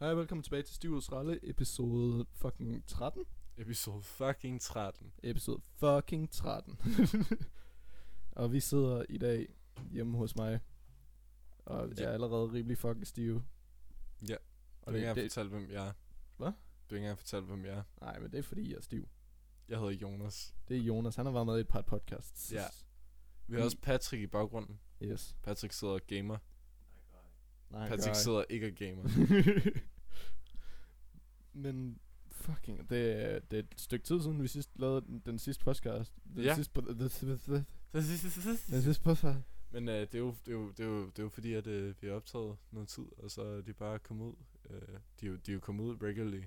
Hej, velkommen tilbage til Stivets Ralle, episode fucking 13. Episode fucking 13. Episode fucking 13. og vi sidder i dag hjemme hos mig. Og jeg er Ja. allerede rimelig fucking stiv. Ja. Du Og har det, ikke engang det, fortalt, hvem jeg er. Hvad? Du har ikke engang fortalt, hvem jeg er. nej, men det er fordi, jeg er stiv. Jeg hedder Jonas. Det er Jonas, han har været med i et par podcasts. Ja. Vi har Mm. også Patrick i baggrunden. Yes. Patrick sidder og gamer. Nej, Patrick gør sidder ikke og gamer. ikke. men fucking, det er, det er et stykke tid siden, vi sidst lavede den, den sidste podcast. Den Ja. sidste, po- the, the, the, the, den sidste podcast. Men øh, det, er jo, det, er jo, det, er jo, det er jo fordi, at øh, vi har optaget noget tid, og så er de bare kommet ud. Øh, de, er jo, de er jo kommet ud regularly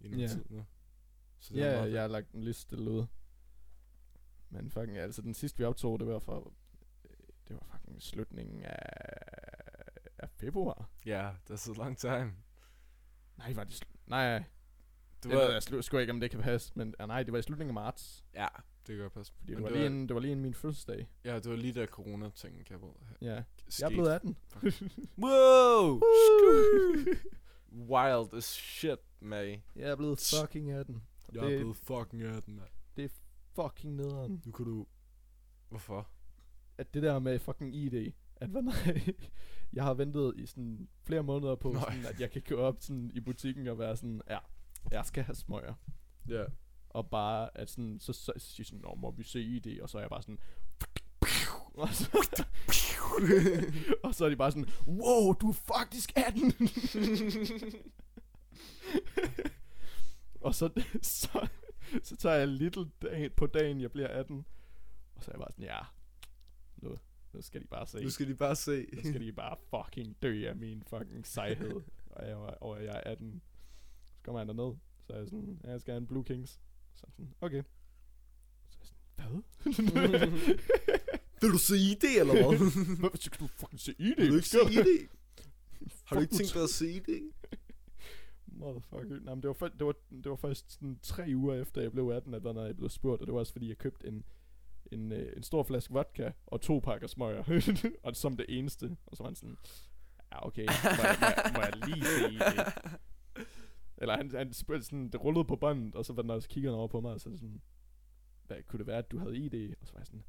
i noget Ja. tid nu. Så Ja, meget fedt. jeg har lagt en liste stille ud. Men fucking, altså den sidste vi optog, det var for... Det var fucking slutningen af, af februar. Ja, der sidder lang time. Nej, var det sl- Nej, Du det var... var, jeg slu- sgu ikke, om det kan passe. Men ah, nej, det var i slutningen af marts. ja, det gør pas. Fordi det var, lige inden, det var lige inden min fødselsdag. Ja, det var lige der corona-tingen kan jeg bruge. Ja, jeg er blevet 18. Wow! Wild as shit, mate. jeg er blevet fucking 18. Jeg Det- er blevet fucking 18, mand. Fucking nederen. Nu kan du... Hvorfor? At det der med fucking ID, at hvad nej, jeg har ventet i sådan flere måneder på, Nej. sådan, at jeg kan gå op sådan i butikken og være sådan, ja, jeg skal have smøger. Ja. Og bare at sådan Så, så, så siger sådan Nå må vi se det Og så er jeg bare sådan og så, og så er de bare sådan Wow du er faktisk 18 Og så, så Så tager jeg little dag, På dagen jeg bliver 18 Og så er jeg bare sådan Ja Nu, nu skal de bare se Nu skal de bare se. Nu skal de bare fucking dø af min fucking sejhed Og jeg, var- og jeg er 18 Så kommer han derned Så er jeg sådan ja, Jeg skal have en Blue Kings Så er han sådan Okay Så er jeg sådan Hvad? Vil du se ID, eller hvad? Hvorfor skal du fucking se ID? Vil du ikke se ID? Har du ikke Fuck, tænkt dig at se ID? Motherfucker Nej, men det var, for, det var, det var først sådan tre uger efter jeg blev 18 At når jeg blev spurgt Og det var også fordi jeg købte en en, øh, en stor flaske vodka og to pakker smøger og som det eneste og så var han sådan ja okay må jeg, må, jeg, må jeg lige se det Eller han, han spurgte sådan, det rullede på båndet, og så var den også kigger han over på mig, og så sådan, hvad kunne det være, at du havde ID? Og så var jeg sådan,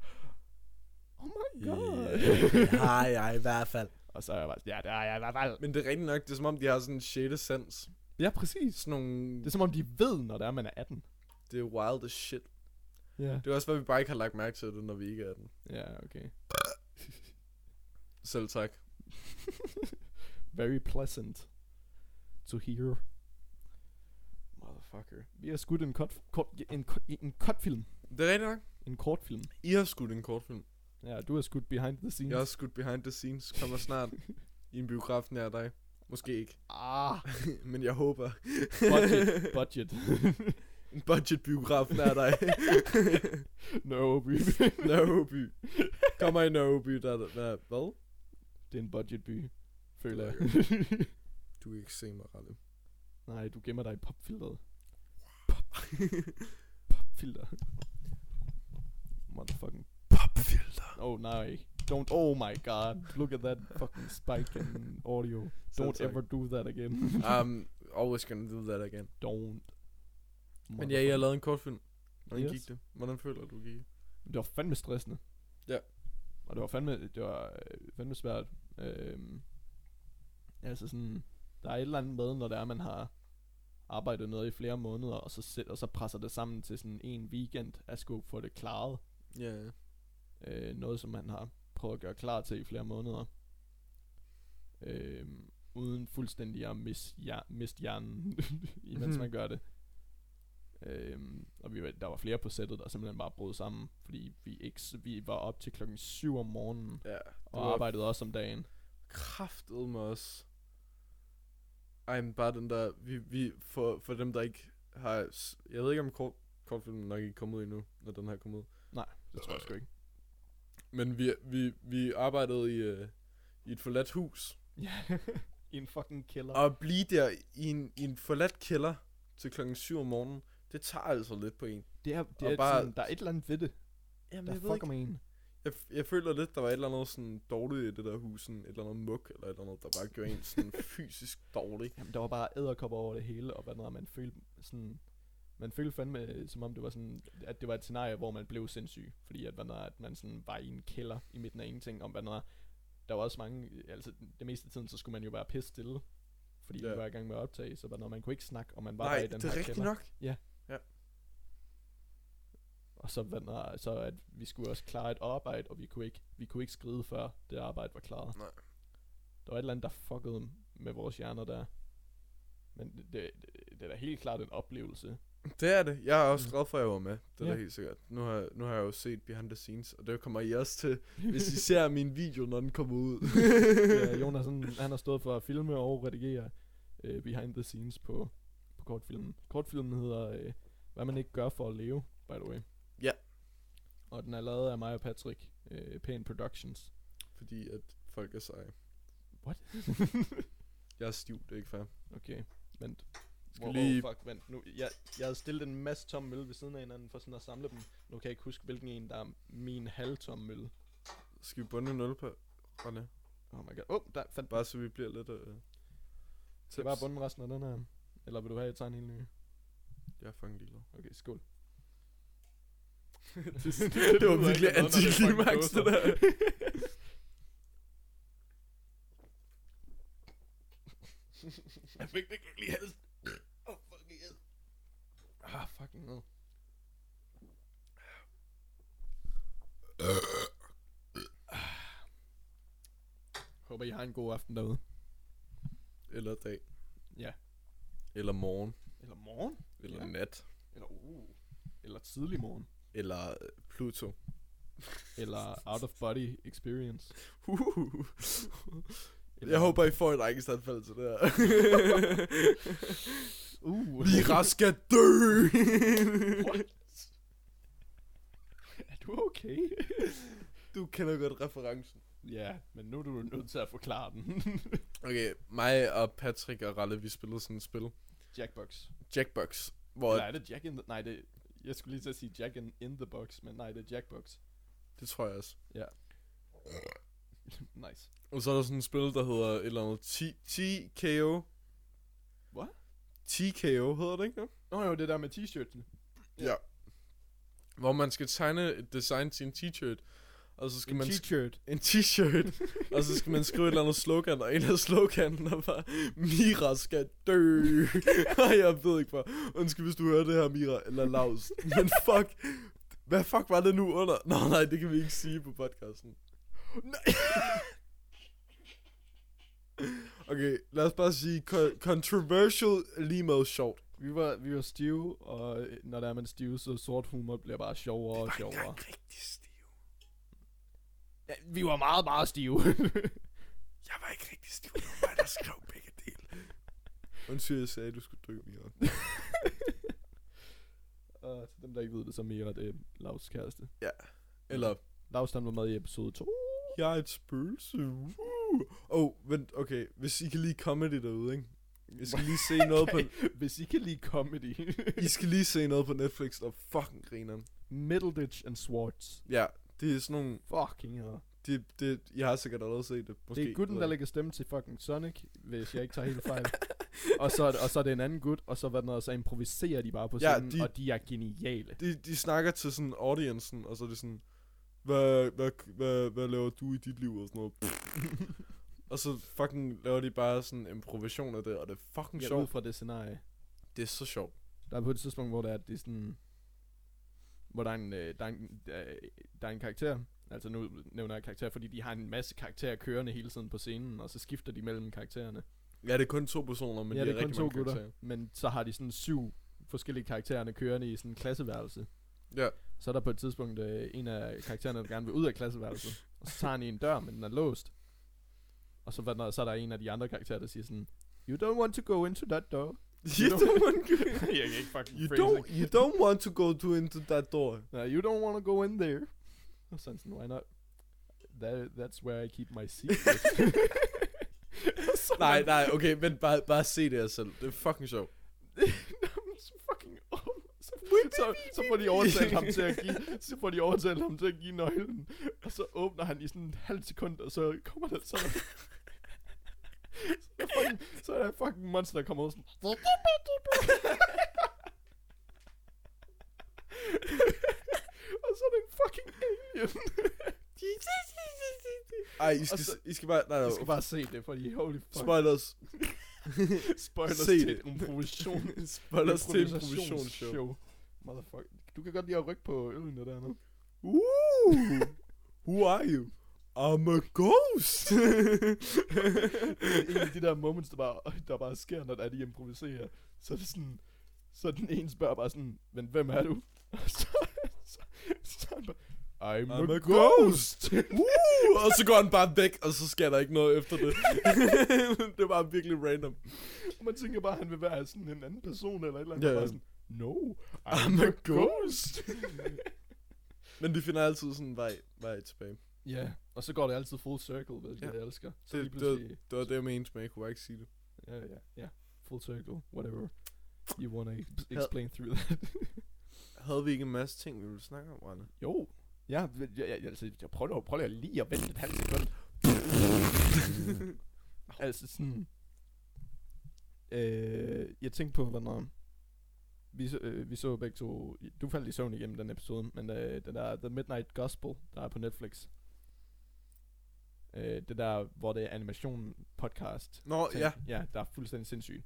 oh my god. Har jeg i hvert fald. og så er jeg bare sådan, ja, det er jeg i hvert fald. Men det er rigtigt nok, det er som om, de har sådan en sjette sans. Ja, præcis. Sådan nogle... Det er som om, de ved, når det er, man er 18. Det er wild as shit. Ja. Det er også, hvad vi bare ikke har lagt mærke til det, når vi ikke er den. Ja, okay. Selv tak. Very pleasant to hear. Motherfucker. Vi har skudt en kort, kort, en, kort- en kortfilm. Det er rigtigt nok. En kortfilm. I har skudt en kortfilm. Ja, du har skudt behind the scenes. Jeg har skudt Behind the Scenes. Kommer snart i en biograf nær dig. Måske ikke. Ah, Men jeg håber. budget, budget. En budgetbiograf nær dig. no, by. Nairobi. Kommer i Nairobi. Der, der, der, hvad? Det er en budgetby, føler jeg. Du kan ikke se mig, Ralle. Nej, du gemmer dig i popfilteret. Pop. Popfilter. Motherfucking popfilter. Oh nej. Don't, oh my god. Look at that fucking spike in audio. Don't tak. ever do that again. Um, always gonna do that again. Don't. Men ja, jeg har lavet en kortfilm. Hvordan Yes. yes. gik det? Hvordan føler du, gik det? Det var fandme stressende. Ja. Og det var fandme, det var øh, fandme svært. Øhm, altså sådan, der er et eller andet med, når det er, man har arbejdet noget i flere måneder, og så, sæt, og så presser det sammen til sådan en weekend, at skulle få det klaret. Ja, yeah. Øh, noget, som man har prøvet at gøre klar til i flere måneder. Øhm, uden fuldstændig at miste, hjer- miste hjernen, imens Mhm. man gør det. Øhm, og vi var, der var flere på sættet, der simpelthen bare brød sammen, fordi vi, ikke, s- vi var op til klokken 7 om morgenen, ja. og arbejdede også om dagen. kraftet med os. Ej, men bare den der, vi, vi for, for dem, der ikke har, s- jeg ved ikke om kort, kortfilmen nok ikke kommet ud endnu, når den her kom ud. Det tror jeg sgu ikke. Men vi, vi, vi arbejdede i, øh, i et forladt hus, Ja, i en fucking kælder. og at blive der i en, i en forladt kælder til klokken 7 om morgenen, det tager altså lidt på en. det er, det og er bare- sådan, der er et eller andet ved det, Jamen, der fucker med en. Jeg, f- jeg føler lidt, der var et eller andet sådan dårligt i det der hus, sådan et eller andet muk, eller et eller andet, der bare gjorde en sådan fysisk dårlig. Jamen, der var bare æderkopper over det hele, og hvad noget, man følte sådan... Man følte fandme, som om det var sådan, at det var et scenarie, hvor man blev sindssyg. Fordi at, hvad noget, at man sådan var i en kælder i midten af ingenting, om hvad noget, der var også mange, altså det meste af tiden, så skulle man jo være pisse stille. Fordi Ja. vi var i gang med at optage, så hvad noget, man kunne ikke snakke, og man var Nej, bare i den det er her rigtigt kælder. nok. Og så, hvad noget, så at vi skulle også klare et arbejde, og vi kunne ikke, vi kunne ikke skride, før det arbejde var klaret. Nej. Der var et eller andet, der fuckede med vores hjerner der. Men det, det, det er da helt klart en oplevelse. Det er det. Jeg er også Mm. glad for, at jeg var med. Det er Ja. da helt sikkert. Nu har, nu har jeg jo set behind the scenes, og det kommer I også til, hvis I ser min video, når den kommer ud. ja, Jonas, han, Øh, han har stået for at filme og redigere øh, behind the scenes på, på kortfilmen. Kortfilmen hedder, øh, hvad man ikke gør for at leve, by the way. Ja. Og den er lavet af mig og Patrick, øh, Pan Productions. Fordi at folk er seje. What? Jeg er stiv, det er ikke fair. Okay, vent. Skal Wow, lige- wow, fuck, vent. Nu, jeg, jeg havde stillet en masse tomme øl ved siden af hinanden for sådan at samle dem. Nu kan jeg ikke huske, hvilken en, der er min halvtomme øl. Skal vi bunde 0 på René? Oh my god. Åh, oh, der fandt bare. Bare så vi bliver lidt... Øh, Skal jeg bare bunde resten af den her? Eller vil du have, at jeg tager en helt ny? Jeg er fucking ligeglad. Okay, skål. det, det lyder ikke noget, når det er fucking dåser. der. Jeg fik det ikke lige helst. Åh, oh, fucking hell. Ah, fucking hell. Håber, I har en god aften derude. Eller dag. Ja. Eller morgen. Eller morgen. Eller Ja. nat. Eller uh. Eller tidlig morgen. Eller øh, Pluto. Eller out of body experience. Uhuhu. Eller, Jeg håber, I får et angstanfald til det her. Uh. Vi er raske at dø! What? Er du okay? du kender godt referencen. ja, men nu er du nødt til at forklare den. Okay, mig og Patrick og Ralle, vi spillede sådan et spil. Jackbox. Jackbox. Hvor Eller er det Jack in the... Nej, det... Jeg skulle lige til at sige Jack in, in the box, men nej, det er Jackbox. Det tror jeg også. nice. Og så er der sådan et spil, der hedder et eller andet T- TKO. What? TKO hedder det ikke det? Nå jo, det der med t-shirtene. Ja. Hvor man skal tegne et design til en t-shirt. Og så skal man sk- t-shirt. en t-shirt. og så skal man skrive et eller andet slogan. Og en af sloganene var, Mira skal dø. og jeg ved ikke hvor. Undskyld, hvis du hører det her, Mira. Eller Laus. Men fuck. Hvad fuck var det nu under? Nå nej, det kan vi ikke sige på podcasten. Nej. Okay, lad os bare sige co- controversial limo short. Vi var, vi var stive, og øh, når der er man stive, så sort humor bliver bare sjovere og sjovere. rigtig stiv. Ja, vi var meget, meget stive. Jeg var ikke rigtig stiv, det var mig, der skrev begge dele. Undskyld, jeg sagde, at du skulle dø, Mira. og til dem, der ikke ved det, så Mira, det er Lavs kæreste. Eller, Lavs, han var med i episode 2. jeg er et spøgelse. Woo! Åh, oh, vent, okay. Hvis I kan lige comedy derude, ikke? I skal lige se noget på... Hvis I kan lide comedy. I skal lige se noget på Netflix, der fucking griner. Middleditch and Swartz. Ja, det er sådan nogle... Fucking hell. Det, det, jeg har sikkert allerede set det. Måske, Det er gutten, ved der jeg ikke. lægger stemme til fucking Sonic, hvis jeg ikke tager helt fejl. og, så, og så er det en anden gut, og så, hvad den hedder, så improviserer de bare på Ja, scenen, de- og de er geniale. de, de snakker til sådan audiencen, og så er det sådan, hvad, hvad, hvad, hvad laver du i dit liv, og sådan noget. og så fucking laver de bare sådan en improvisation af det, og det er fucking Jeg er ud sjovt. fra det scenarie. Det er så sjovt. Der er på et tidspunkt, hvor der er, det er sådan... Hvor der er, en, øh, der, er en, øh, der er en karakter, altså nu nævner jeg karakter, fordi de har en masse karakterer kørende hele tiden på scenen, og så skifter de mellem karaktererne. Ja, det er kun to personer, men ja, de det er kun rigtig to mange gutter, karakterer. men så har de sådan syv forskellige karaktererne kørende i sådan en klasseværelse. Ja. Så er der på et tidspunkt øh, en af karaktererne, der gerne vil ud af klasseværelset. Og så tager han i en dør, men den er låst. Og så, hvad når- så er der en af de andre karakterer, der siger sådan, You don't want to go into that door. You don't- don't want to go, jeg kan ikke fucking you don't, you don't want to go to into that door. No, you don't want to go in there. Og sådan sådan, why not? That, that's where I keep my secret. nej, nej, okay, men bare, bare se det jer selv. Det er fucking sjovt. fucking oh, så så, så får de overtalt ham til at give, så får de overtalt ham til at give nøglen. Og så åbner han i sådan en halv sekund, og så kommer der så... Så, fucking, så er der fucking monster, der kommer ud sådan... og så er det en fucking alien. Ej, I Og skal, så- I skal bare... Nej, nej, Jeg skal bare se det, fordi holy fuck. Spoilers. Spoilers se til det. et improvisation. Spoilers til improvisationsshow. improvisationsshow. Motherfucker. Du kan godt lide at rykke på ølene dernede. Woo! Uh! Who are you? I'm a ghost! en af de der moments, der bare, der bare sker, når der er de improviserer. Så er det sådan, så den ene spørger bare sådan, men hvem er du? Og så, så, så er han bare, I'm, I'm a, a ghost. Uh! Woo! Og så går han bare væk, og så sker der ikke noget efter det. det var virkelig random. Og man tænker bare, han vil være sådan en anden person eller et eller andet. Ja, Yeah. ja. Bare sådan, no, I'm, I'm a a ghost. Men de finder altid sådan en vej, vej tilbage. ja, og så går det altid full circle, hvilket Ja. yeah. jeg elsker. Så lige Det, det, var- pludselig, det var det, jeg mente, men jeg kunne bare ikke sige det. ja, ja, ja, full circle, whatever. You wanna ex- explain through that? Havde vi ikke en masse ting, vi ville snakke om, Rane? Jo. Ja, jeg, jeg, jeg, altså, jeg prøver, prøver lige at vente et halvt sekund. altså sådan... Øh, jeg tænkte på, hvornår... Vi så, øh, vi så begge to... Du faldt i søvn igennem den episode, men øh, den der The Midnight Gospel, der er på Netflix. Øh, det der, hvor det er animation podcast Nå, ting. ja. Ja, der er fuldstændig sindssygt.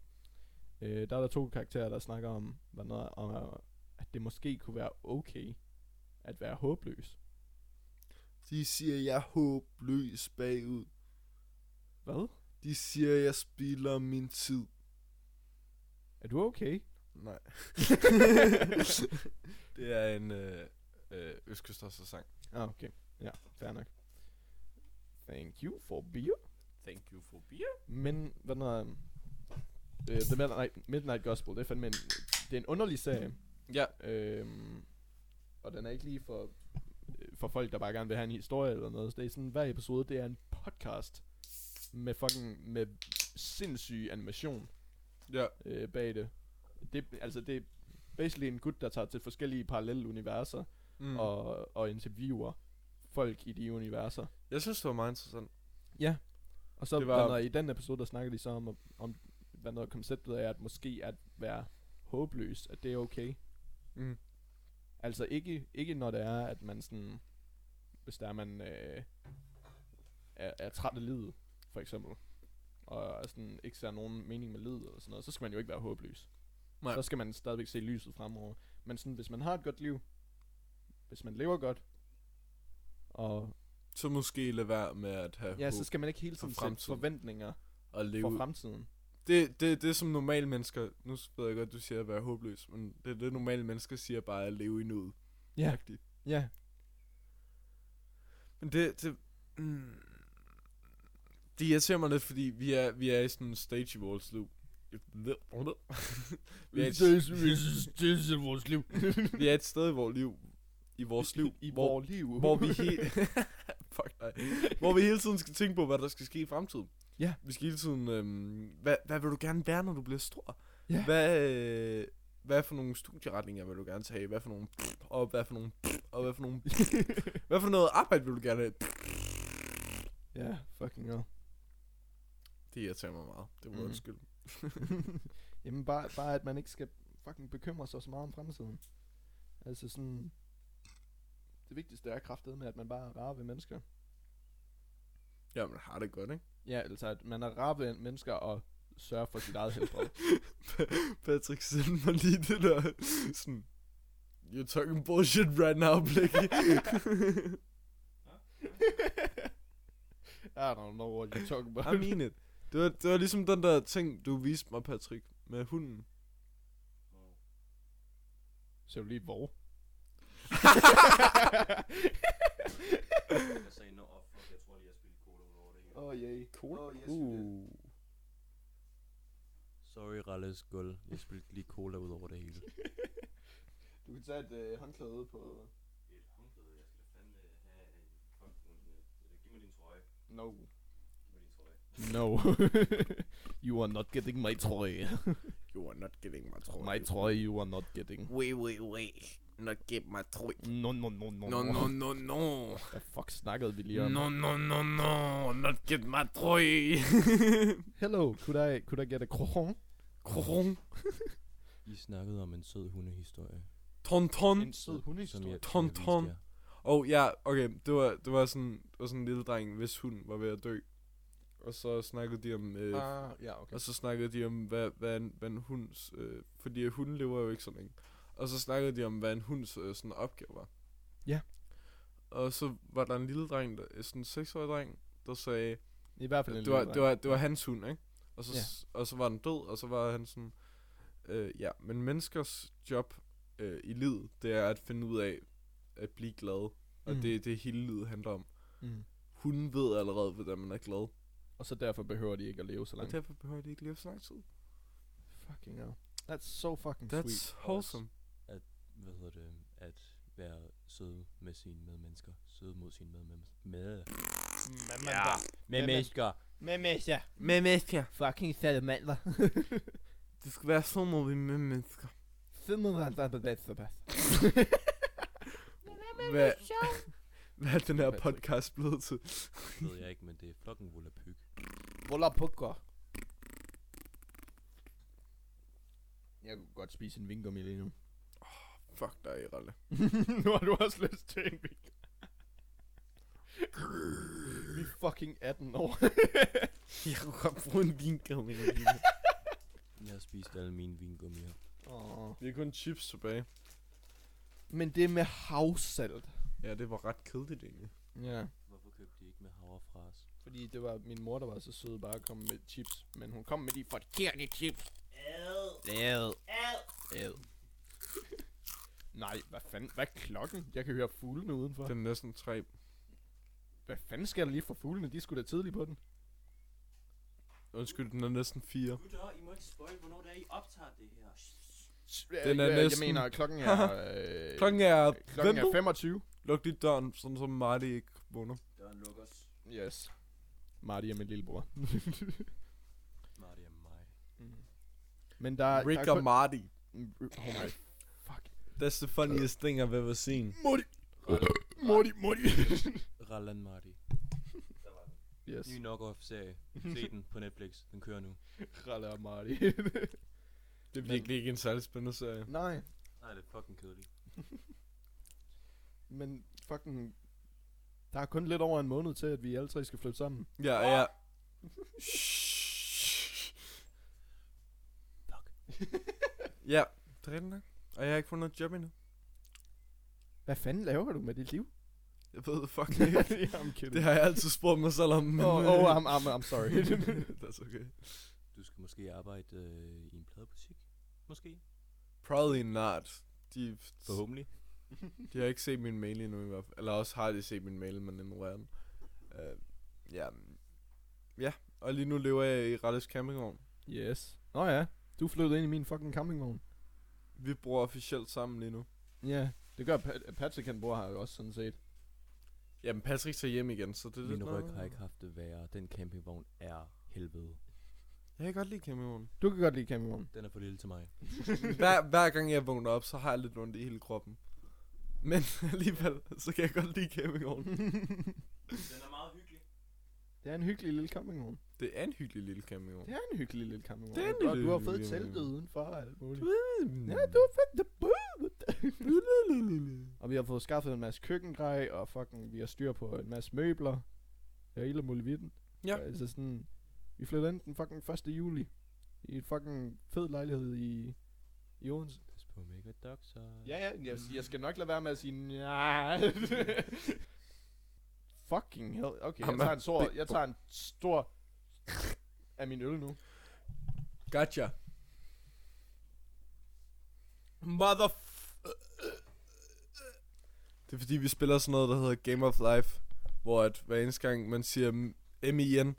Øh, der er der to karakterer, der snakker om, hvad noget, om, øh, at det måske kunne være okay at være håbløs. De siger, jeg er håbløs bagud. Hvad? De siger, jeg spilder min tid. Er du okay? Nej. det er en øh, øh, østkysters-sang. Ah, okay. Ja, fair nok. Thank you for beer. Thank you for beer. Men, hvad noget, um, øh, The Midnight, Midnight Gospel, det er fandme en, det er en underlig serie. Ja. Øhm, og den er ikke lige for, øh, for folk, der bare gerne vil have en historie eller noget. Så det er sådan, hver episode, det er en podcast med fucking, med sindssyg animation Ja. øh, bag det. det. Altså, det er basically en gut, der tager til forskellige parallelle universer mm. og, og interviewer folk i de universer. Jeg synes, det var meget interessant. Ja. Og så Det det var- var... Noget, i den episode, der snakkede de så om, om hvad noget konceptet er, at måske at være håbløs, at det er okay. Mm. Altså ikke, ikke når det er, at man sådan, hvis der er, man øh, er, er træt af livet, for eksempel, og sådan ikke ser nogen mening med livet eller sådan noget, så skal man jo ikke være håbløs. Nej. Så skal man stadigvæk se lyset fremover. Men sådan, hvis man har et godt liv, hvis man lever godt, og Så måske lade være med at have ja, ja, så håb skal man ikke hele tiden sætte fremtiden. forventninger og leve. for ud. fremtiden. Det, det, det er som normale mennesker, nu ved jeg godt, du siger at være håbløs, men det er det, normale mennesker siger bare at leve i nuet. Ja. Agtigt. Ja, Men det, det, mm, det irriterer mig lidt, fordi vi er, vi er i sådan en stage i vores liv. vi, er et, det er vores liv. vi er et sted i vores liv, i vores liv, I hvor, vores liv. hvor vi he- Fuck dig. Hvor vi hele tiden skal tænke på, hvad der skal ske i fremtiden. Ja. Vi skal hele tiden, øhm, hvad, hvad vil du gerne være, når du bliver stor? Ja. Hvad, øh, hvad for nogle studieretninger vil du gerne tage? Hvad for nogle og hvad for nogle og hvad for nogle hvad for noget arbejde vil du gerne have? ja, fucking hell. Det irriterer mig meget. Det må Mhm. mm. undskylde. Jamen bare, bare, at man ikke skal fucking bekymre sig så meget om fremtiden. Altså sådan... Det vigtigste er kraftet med, at man bare er rar ved mennesker. Ja, man har det godt, ikke? Ja, altså at man er rar ved mennesker og sørger for sit eget helbred. Patrick sendte mig lige det der sådan You're talking bullshit right now, Blicky. I don't know what you're talking about. I mean it. Det var, det var ligesom den der ting, du viste mig, Patrick, med hunden. Så er du lige hvor? Jeg sagde, nå, oh, fuck, jeg tror lige, jeg spillede cola ud over det hele. Åh, oh, yay. Cola? Åh, yes, Uh. Sorry, Ralles gulv. Jeg spillede lige cola ud over det hele. Du kan tage et øh, håndklæde ud på... No. No. you are not getting my trøje. You are not getting Oh, my trøje. My trøje, you are not getting. Wait, wait, wait. Not get my trøje. No, no, no, no, No, no, no, no. Hvad fuck snakkede vi lige om? No, no, no, no. Not get my trøje. Hello, could I, could I get a croissant? Kron. I snakkede om en sød hundehistorie. Ton, ton. En sød som hundehistorie. jeg- som jeg viste Tonton. jer. Og ja, okay, det var, det var sådan, det var sådan en lille dreng, hvis hun var ved at dø. Og så snakkede de om, øh, Ah, ja, okay. og så snakkede de om, hvad, hvad, en, hvad en hunds, øh, fordi hunden lever jo ikke så længe. Og så snakkede de om, hvad en hunds øh, sådan opgave var. Ja. Og så var der en lille dreng, der, sådan en seksårig dreng, der sagde, I hvert fald en det var, lille det, dreng. var, det var hans hund, ikke? Og så, Ja. ja. og så var den død, og så var han sådan, øh, ja, men menneskers job øh, i livet, det er at finde ud af at blive glad. Og Mm. mm. det er det hele livet handler om. Mm. Hun ved allerede, hvordan man er glad. Og så derfor behøver de ikke at leve så Og langt. derfor behøver de ikke leve så lang tid. Fucking hell. That's so fucking That's sweet. wholesome. hvad hedder det, at være sød med sine medmennesker. Sød mod sine medmennesker. Med, Ja. med mennesker. Med mennesker. Med mennesker. Fucking salamander. Det skal være sådan noget med mennesker. Salamander på det så pas. Hvad, hvad er den her podcast blevet til? Det ved jeg ikke, men det er fucking volapyk. Boller pukker. Jeg kunne godt spise en vingummi lige nu. Fuck dig, Ralle. nu har du også lyst til en vingummi. Vi er fucking 18 år. Jeg kunne godt bruge en vingummi. Jeg har spist alle mine vingummier. oh. Vi har kun chips tilbage. Men det med havsalt. Ja, det var ret kedeligt egentlig. Ja. Hvorfor købte de ikke med havrefras? Fordi det var min mor, der var så sød bare at komme med chips. Men hun kom med de forkerte chips. Ad. Ad. Nej, hvad fanden? Hvad er klokken? Jeg kan høre fuglene udenfor. Den er næsten tre. Hvad fanden sker der lige for fuglene? De skulle da tidligt på den. Undskyld, den er næsten fire. Gutter, I må ikke spoil, hvornår det er, I optager det her. Den er jeg, næsten- Jeg mener, klokken er... øh, Klokken er... klokken er fem. 25. Luk lige døren, sådan som Marty ikke vågner. Døren lukkes. Yes. Marty er min lillebror. Marty og mig. Men der, der Mm. Rick er og Marty. Oh my fuck. That's the funniest thing I've ever seen. Morty. Morty, Morty. Rallan Marty. yes. Ny knock-off-serie. Se den på Netflix. Den kører nu. Ralle og Marty. Det er Men- virkelig ikke en særlig spændende serie. Nej, Nej, det er fucking kedeligt. men fucking... Der er kun lidt over en måned til, at vi alle tre skal flytte sammen. Ja, ja. Fuck. ja, det er rigtigt nok. Og jeg har ikke fundet noget job endnu. Hvad fanden laver du med dit liv? Jeg ved det fucking ikke. I'm kidding. det har jeg altid spurgt mig selv om. men, oh, øh, oh I'm, I'm, I'm sorry. That's okay. Du skal måske arbejde øh, i en pladebutik. Måske. Probably not. De, Forhåbentlig. de har ikke set min mail endnu i hvert fald. Eller også har de set min mail, men ignorerer den. Uh, ja. Ja, og lige nu lever jeg i Ralles campingvogn. yes. Nå ja, du flyttede ind i min fucking campingvogn. Vi bor officielt sammen lige nu. Ja, yeah. det gør Pat- Patrick, han bor her jo også sådan set. Jamen, Patrick tager hjem igen, så det er Min lidt ryg noget. har ikke haft det værre. Den campingvogn er helvede. Jeg kan godt lide campingvognen. Du kan godt lide campingvognen. Den er for lille til mig. Hver, hver gang jeg vågner op, så har jeg lidt ondt i hele kroppen. Men alligevel, så kan jeg godt lide campingvognen. Den er meget hyggelig. Det er en hyggelig lille campingvogn. Det er en hyggelig lille campingvogn. Det er en hyggelig lille campingvogn. Det er en Og du, lille du har hyggelig fået campingvogn. teltet udenfor og alt muligt. Mm. Ja, du er fedt. Og vi har fået skaffet en masse køkkengrej, og fucking, vi har styr på en masse møbler. Og hele muligheden. Ja. Altså sådan, vi flytter ind den fucking 1. juli. I et fucking fed lejlighed i, i Odense. Pas på, med ikke dog, så... Ja, ja, jeg, jeg skal nok lade være med at sige, nej. fucking hell. Okay, jeg Jamen, tager, en stor, det- jeg tager en stor af min øl nu. Gotcha. Mother... Det er fordi, vi spiller sådan noget, der hedder Game of Life, hvor at hver eneste gang man siger m- MIN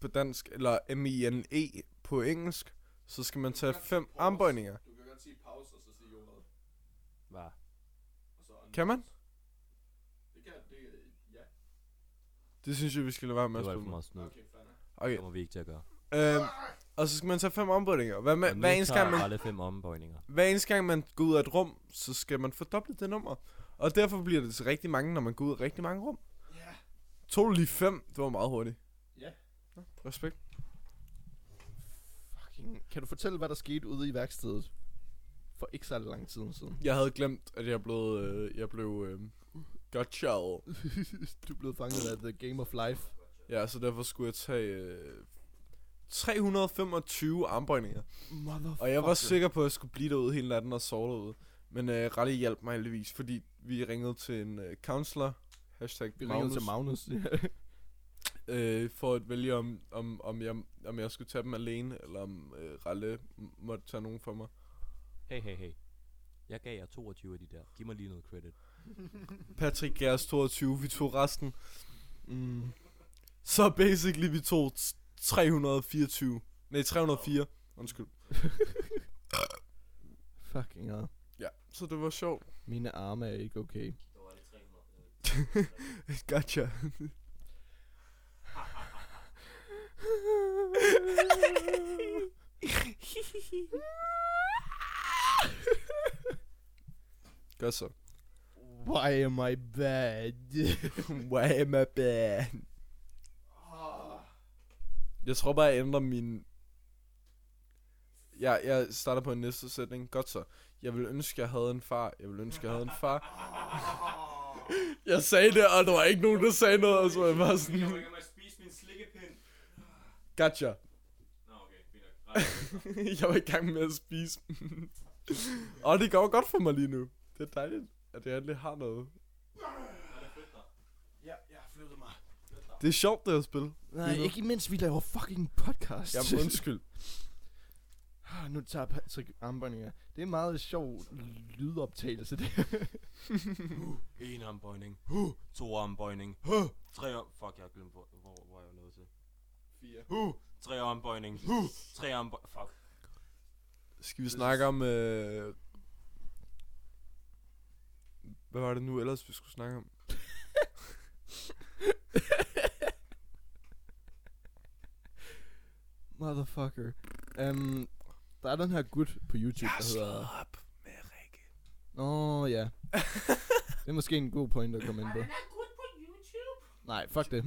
på dansk, eller MINE E på engelsk, så skal man tage fem armbøjninger. Du kan godt sige pause, og så sige ordet. Hvad? Kan man? Det kan det, ja. Det synes jeg, vi skal lade være med Det at var alt spille. for med. meget snyd. fair Okay. Det kommer vi ikke til at gøre. Øhm, Og så skal man tage fem ombøjninger. Hvad, med, Og nu hver, eneste gang, tager man, alle fem ombøjninger. hver eneste gang, man går ud af et rum, så skal man fordoble det nummer. Og derfor bliver det til rigtig mange, når man går ud af rigtig mange rum. Ja. Tog du lige fem? Det var meget hurtigt. Ja. Nå, Respekt. Fucking. Kan du fortælle, hvad der skete ude i værkstedet? For ikke særlig lang tid siden. Jeg havde glemt, at jeg blev... Øh, jeg blev øh, gotcha du blev fanget af The Game of Life. Ja, så derfor skulle jeg tage øh, 325 armbøjninger. Motherfucker. Og jeg var sikker på, at jeg skulle blive derude hele natten og sove derude. Men øh, Rally hjalp mig heldigvis, fordi vi ringede til en øh, counselor, hashtag Vi ringede Magnus, til Magnus. Ja. øh, for at vælge, om, om, om, jeg, om jeg skulle tage dem alene, eller om øh, Ralle m- måtte tage nogen for mig. Hey, hey, hey. Jeg gav jer 22 af de der. Giv mig lige noget credit. Patrick gav os 22, vi tog resten. Mm. Så basically, vi tog t- 324. Nej, 304. Undskyld. Fucking hell. Ja, så det var sjovt. Mine arme er ikke okay. Gotcha. Gør så. Why am I bad? Why am I bad? Jeg tror bare, jeg ændrer min... Jeg, jeg starter på en næste sætning. Godt så. Jeg vil ønske, jeg havde en far. Jeg vil ønske, jeg havde en far. Ah. jeg sagde det, og der var ikke nogen, der sagde noget, og så var jeg bare sådan... mig spise min slikkepind. Gotcha. Nå, okay. Fint nok. jeg var i gang med at spise. og det går godt for mig lige nu. Det er dejligt, at jeg endelig har noget. ja, jeg har flyttet mig. Det er sjovt, det her spil. Nej, nu. ikke imens vi laver fucking podcast. Jamen, undskyld. Ah, nu tager Patrick armbåndinger. Det er en meget sjov lydoptagelse. Det. En armbøjning. Huh. To armbøjning. Huh. Tre arm... Fuck, jeg har glemt, hvor, hvor, hvor jeg var nået til. Fire. Huh. Tre armbøjning. Huh. Tre armbøjning. Fuck. Skal vi snakke om... Øh... Hvad var det nu ellers, vi skulle snakke om? Motherfucker. Um, der er den her gut på YouTube, der hedder... op med Rikke. Nå oh, ja. Det er måske en god point at komme ind på. Nej, fuck det.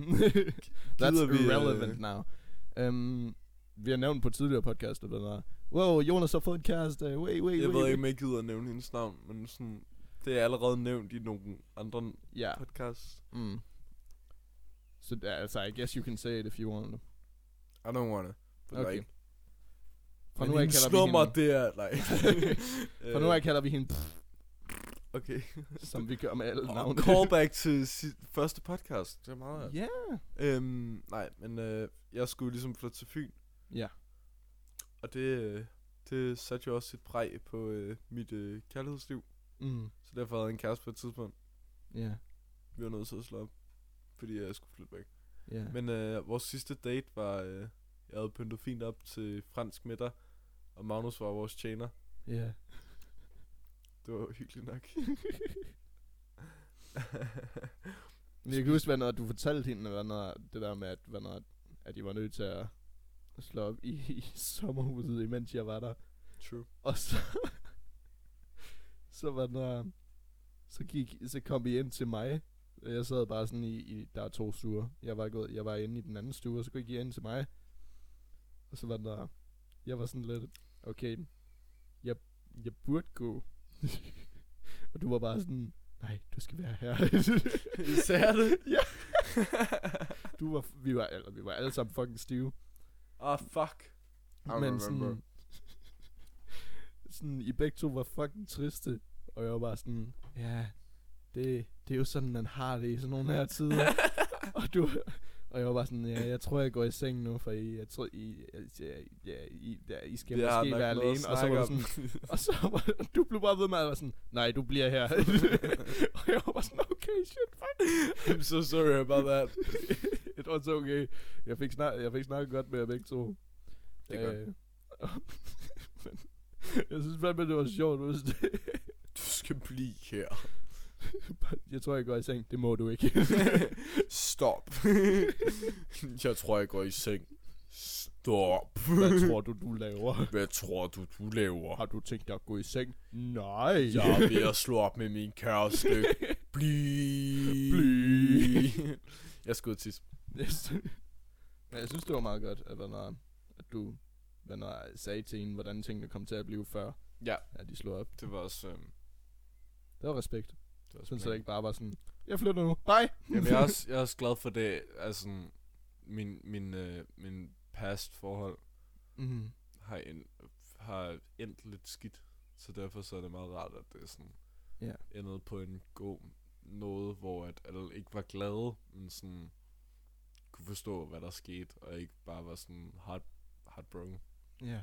That's Gider vi, øh, irrelevant now. Um, vi har nævnt på tidligere podcast, at den er... Wow, Jonas har fået en kæreste. Wait, wait, wait. Jeg ved wait." ikke, om jeg gider at nævne hendes navn, men sådan... Det er allerede nævnt i nogle andre Ja. podcasts. Mm. Så so, altså, I guess you can say it if you want. I don't wanna. But Okay. Like, Fra men nu af hendes kalder vi nummer, hende... det Øh. er... Nej. Fra nu af kalder vi hende... Okay. Som vi gør med alle Og navne. callback til sit første podcast. Det er meget Ja. Øhm, nej, men øh, jeg skulle ligesom flytte til Fyn, Ja. og det, øh, det satte jo også sit præg på øh, mit øh, kærlighedsliv. Mm. Så derfor havde jeg en kæreste på et tidspunkt. Ja. Vi var nødt til at slå op, fordi jeg skulle flytte væk. Ja. Men øh, vores sidste date var, øh, jeg havde pyntet fint op til fransk middag, og Magnus var vores tjener. Ja. Det var jo hyggeligt nok. Men jeg kan huske, hvad når du fortalte hende, hvad når, det der med, at, hvad når, at I var nødt til at slå op i, i sommerhuset, imens jeg var der. True. Og så... så var der... Så, gik, så kom I ind til mig. og Jeg sad bare sådan i, i der er to stuer. Jeg var, gået, jeg var inde i den anden stue, og så gik I ind til mig. Og så var der... Jeg var sådan lidt... Okay, jeg, jeg burde gå. og du var bare sådan... Nej, du skal være her. Sagde jeg det? Ja. du var, vi, var, eller, vi var alle sammen fucking stive. Ah, fuck. I remember. Men sådan, sådan, I begge to var fucking triste. Og jeg var bare sådan, ja, det, det er jo sådan, man har det i sådan nogle her tider. og du, og jeg var bare sådan, ja, jeg tror, jeg går i seng nu, for I, jeg tror, I, ja, ja, I, ja, I skal Vi har måske nok være noget alene. at Og så snakke var du om. sådan, og så var, du blev bare ved med at være sådan, nej, du bliver her. og jeg var bare sådan, okay, shit, I'm so sorry about that. It was okay. Jeg fik, snak, jeg fik snakket godt med jer begge to. Det er Øh, men, jeg synes fandme, det var sjovt, hvis det, Du skal blive her. Jeg tror, jeg går i seng. Det må du ikke. Stop. jeg tror, jeg går i seng. Stop. Hvad tror du, du laver? Hvad tror du, du laver? Har du tænkt dig at gå i seng? Nej. Jeg er ved at slå op med min kæreste. Bliv. Bliv. Jeg skulle tisse. Yes. Men jeg synes, det var meget godt, at, når, at du hvad når, sagde til en, hvordan tingene kom til at blive før, Ja, at de slog op. det var også... Øhm, Det var respekt. det var også Sådan så det ikke bare var sådan, jeg flytter nu, hej! Jamen, jeg, er også, jeg er også glad for det, altså sådan, min, min, øh, min past forhold Mm. har, en, har endt lidt skidt, så derfor så er det meget rart, at det sådan Ja. endede på en god noget, hvor at alle ikke var glade, men sådan kunne forstå, hvad der skete, og ikke bare var sådan heart, heartbroken. Ja.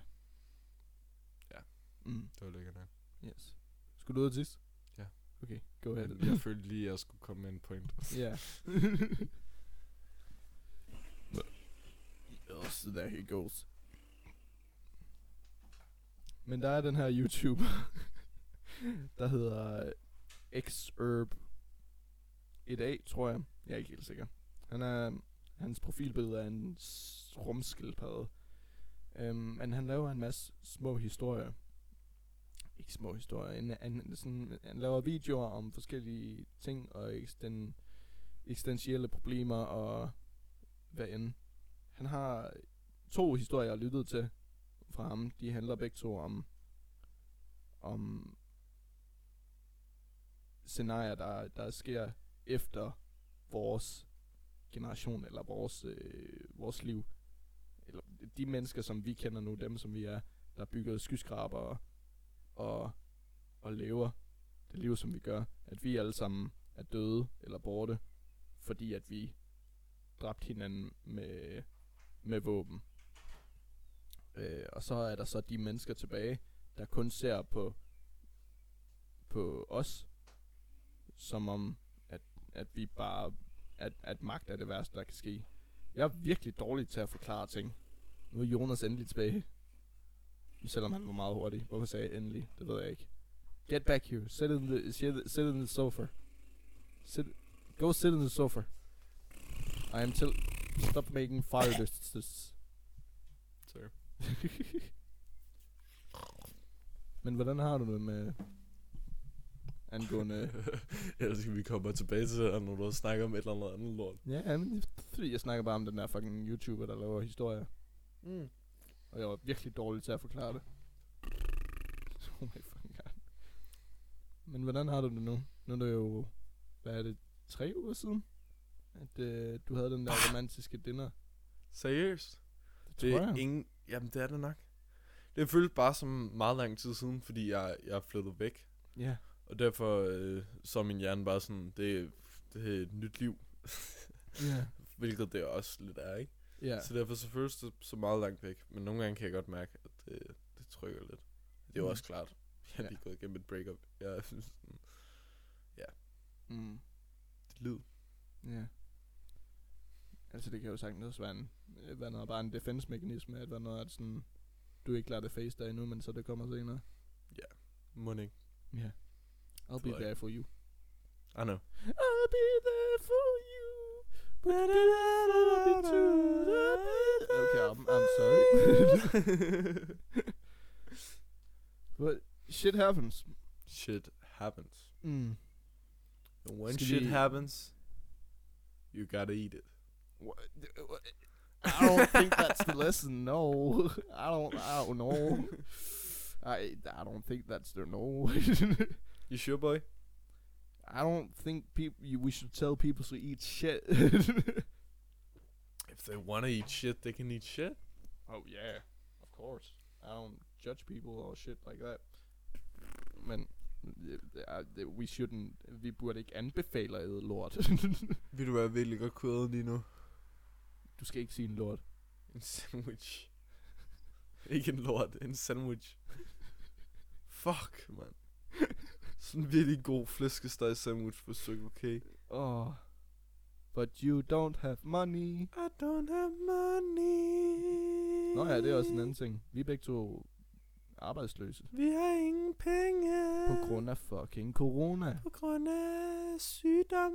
Ja. Mm. Det var lækkert nok. Yes. Skulle du ud til sidst? Ja. Okay, go ahead. Men Jeg følte lige, at jeg skulle komme med en point. Ja. yes, there he goes. Men der er den her YouTuber, der hedder øh, Xherb 1A, tror jeg. Jeg er ikke helt sikker. Han er, hans profilbillede er en s- rumskildpadde. Um, men han laver en masse små historier. Ikke små historier. En, en, sådan, han laver videoer om forskellige ting og den eksistentielle problemer og hvad end. Han har to historier, jeg lyttet til fra ham. De handler begge to om, om scenarier, der, der sker efter vores generation eller vores, øh, vores liv. Eller de mennesker, som vi kender nu, dem som vi er, der bygger skyskraber og, og lever det liv, som vi gør. At vi alle sammen er døde eller borte, fordi at vi dræbte hinanden med, med våben. Øh, og så er der så de mennesker tilbage, der kun ser på, på os, som om, at, at vi bare, at, at magt er det værste, der kan ske. Jeg er virkelig dårlig til at forklare ting. Nu er Jonas endelig tilbage. Selvom han var meget hurtig. Hvorfor sagde jeg endelig? Det ved jeg ikke. Get back here. Sit in the, sit, sit in the sofa. Sit, go sit in the sofa. I am till... Stop making fire dishes. Sorry. Men hvordan har du det med... Angående... øh, Ellers kan vi komme tilbage til det, her, når du snakker om et eller andet andet lort. Ja, ja, men det er fordi jeg snakker bare om den der fucking YouTuber, der laver historier. Mm. Og jeg var virkelig dårlig til at forklare det. Oh my fucking god. Men hvordan har du det nu? Nu er det jo... Hvad er det? Tre uger siden? At øh, du havde den der romantiske dinner. Seriøst? Det, Det tror er jeg. ingen... Jamen, det er det nok. Det føltes bare som meget lang tid siden, fordi jeg, jeg flyttede væk. Ja. Og derfor øh, så er min hjerne bare sådan, det, det er et nyt liv. Ja. Hvilket det også lidt er, ikke? Ja. Ja. Så derfor så føles det så meget langt væk. Men nogle gange kan jeg godt mærke, at det, det trykker lidt. Det er jo Mm. også klart. Jeg Ja. er lige gået igennem et breakup. Jeg synes, sådan, Mm. det lyder. Ja. Altså det kan jo sagtens være, en, øh, være noget, bare en defense-mekanisme, at være noget, at sådan, du ikke klarer det face der endnu, men så det kommer senere. Må ikke? Ja. Yeah. I'll be ved jeg there for you. I know. I'll be there for you. Okay, I'm, I'm sorry. But shit happens. Shit happens. Mm. And when Skal shit vi- happens, you gotta eat it. I don't think that's the lesson. No, I don't. I don't know. I I don't think that's the no. You sure, boy? I don't think people. You, we should tell people to eat shit. If they want to eat shit, they can eat shit. oh yeah, of course. I don't judge people or shit like that. Men øh, det er- det- we shouldn't. Vi burde ikke anbefale at æde lort. Vil du være virkelig godt kødet lige nu? du skal ikke sige en lort. En sandwich. Ikke en lort, en sandwich. Fuck, mand. Sådan en virkelig god flæskesteg sandwich på stykke, okay? Oh. But you don't have money. I don't have money. Nå ja, det er også en anden ting. Vi er begge to arbejdsløse. Vi har ingen penge. På grund af fucking corona. På grund af sygdom.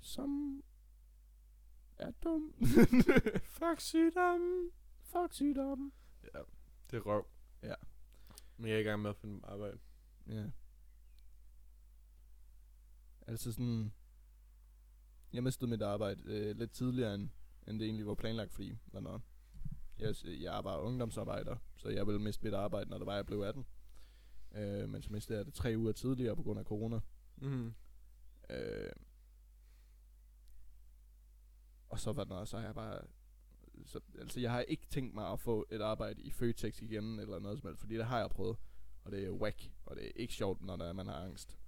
Som er dum. Fuck sygdom. Fuck sygdommen. Ja, det er røv. Ja. Men jeg er i gang med at finde arbejde. Ja. Altså sådan... Jeg mistede mit arbejde øh, lidt tidligere, end, end det egentlig var planlagt, fordi hvad når, jeg, s- jeg var ungdomsarbejder, så jeg ville miste mit arbejde, når det var, jeg blev 18. Øh, men så mistede jeg det tre uger tidligere på grund af corona. Mm. Øh, og så var den også, så har jeg bare... Så, altså, jeg har ikke tænkt mig at få et arbejde i Føtex igen, eller noget som helst, fordi det har jeg prøvet. Og det er whack, og det er ikke sjovt, når der er, man har angst.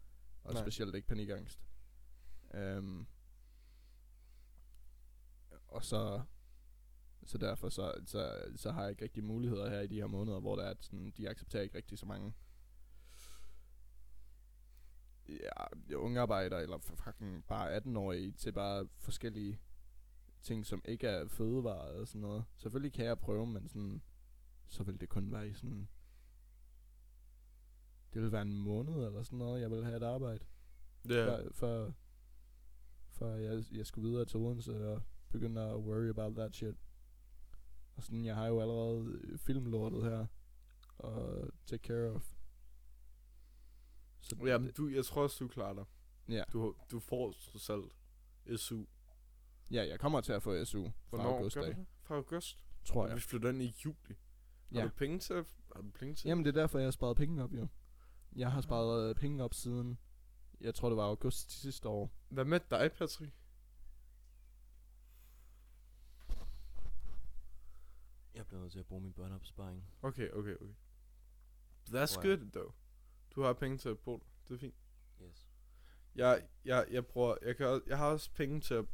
Og Nej. Nej. specielt ikke panikangst. Øhm, og så... Så derfor så, så, så har jeg ikke rigtig muligheder her i de her måneder, hvor der er, at sådan, de accepterer ikke rigtig så mange ja, unge arbejdere, eller f- fucking bare 18-årige, til bare forskellige ting, som ikke er fødevarer og sådan noget. Selvfølgelig kan jeg prøve, men sådan, så vil det kun være i sådan... Det vil være en måned eller sådan noget, jeg vil have et arbejde. Ja. Før, før, før jeg, jeg skulle videre til Odense og begynde at worry about that shit. Og sådan, jeg har jo allerede øh, filmlortet her. Og take care of. Så Ja, men du, jeg tror også, du klarer dig. Ja. Du, du får trods alt SU. Ja, jeg kommer til at få SU fra Hvornår august gør du af, det? Fra august? tror Og jeg. vi flytter ind i juli. Har Ja. du penge til? at- Har du penge til? Jamen, det er derfor, jeg har sparet penge op, jo. Jeg har sparet øh, penge op siden, jeg tror, det var august sidste år. Hvad med dig, Patrick? Jeg bliver nødt til at bruge min børneopsparing. Okay, okay, okay. That's Tror jeg. good, though. Du har penge til at bo der. Det er fint. Yes. Jeg, jeg, jeg, bruger, jeg, kan, også- jeg har også penge til at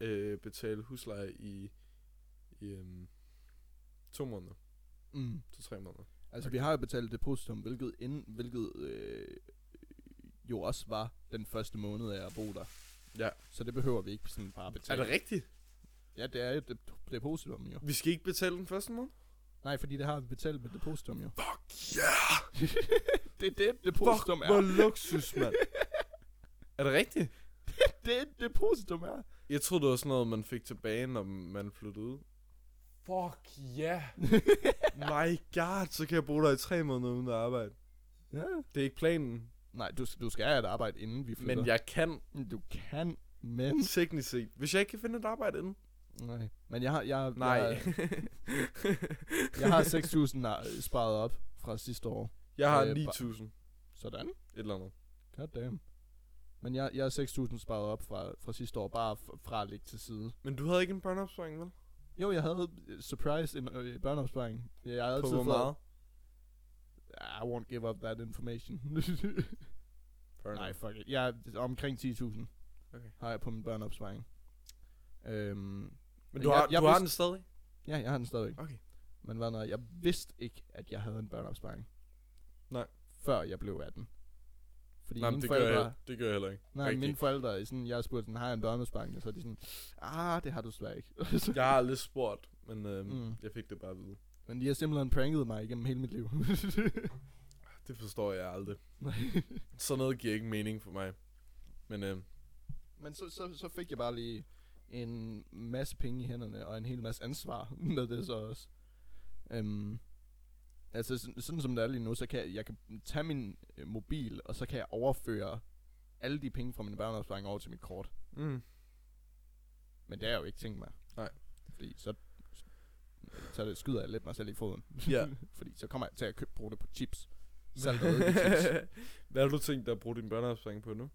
øh, betale husleje i, i øhm, to måneder. Mm. To tre måneder. Altså, okay. vi har jo betalt depositum, hvilket, ind, hvilket øh, jo også var den første måned af at bo der. Ja. Så det behøver vi ikke sådan bare at Er betale. det rigtigt? Ja, det er jo dep- depositum, jo. Vi skal ikke betale den første måned? Nej, fordi det har vi betalt med depositum, jo. Fuck yeah! Det er det, Fuck, depositum hvor er. luksus, mand. er det rigtigt? Det er det, depositum er. Jeg troede, det var sådan noget, man fik tilbage, når man flyttede ud. Fuck ja. Yeah. My god, så kan jeg bo der i tre måneder uden at arbejde. Ja. Det er ikke planen. Nej, du, du skal have et arbejde, inden vi flytter. Men jeg kan Du kan, men... teknisk set. Hvis jeg ikke kan finde et arbejde inden. Nej. Men jeg har... Jeg, Nej. Jeg, Jeg har 6.000 na- sparet op fra sidste år. jeg har Øh, 9.000. Sådan. Et eller andet. God damn. Men jeg, jeg har 6.000 sparet op fra, fra sidste år, bare f- fra at ligge til side. Men du havde ikke en børneopsparing, vel? Jo, jeg havde øh, surprise en øh, børneopsparing. Jeg har altid På hvor meget? Ah, I won't give up that information. Nej, fuck it. Jeg er omkring 10.000 Okay. har jeg på min børneopsparing. Øhm, Men du Jeg- har, jeg du har vidste- den stadig? ja, jeg har den stadigvæk. Okay. Men hvad når jeg vidste ikke, at jeg havde en børneopsparing. Nej. Før jeg blev 18. Fordi Nej, men mine det gør, forældre, jeg, det gør jeg heller ikke. Nej, Rigtig. mine forældre, er sådan, jeg spurgte sådan, har jeg en børneopsparing? Og så er de sådan, ah, det har du slet ikke. Så- Jeg har aldrig spurgt, men øhm, Mm. mm. jeg fik det bare at vide. Men de har simpelthen pranket mig igennem hele mit liv. Det forstår jeg aldrig. Nej. Sådan noget giver ikke mening for mig. Men øhm, Men så, så, så fik jeg bare lige en masse penge i hænderne, og en hel masse ansvar med det så også. Øhm, altså, sådan, sådan som det er lige nu, så kan jeg, jeg kan tage min øh, mobil, og så kan jeg overføre alle de penge fra min børneopsparing over til mit kort. mm. Men det har jeg jo ikke tænkt mig. Nej. Fordi så, så skyder jeg lidt mig selv i foden. ja. Fordi så kommer jeg til at købe, bruge det på chips. Saltede i chips. Hvad har du tænkt dig at bruge din børneopsparing på nu?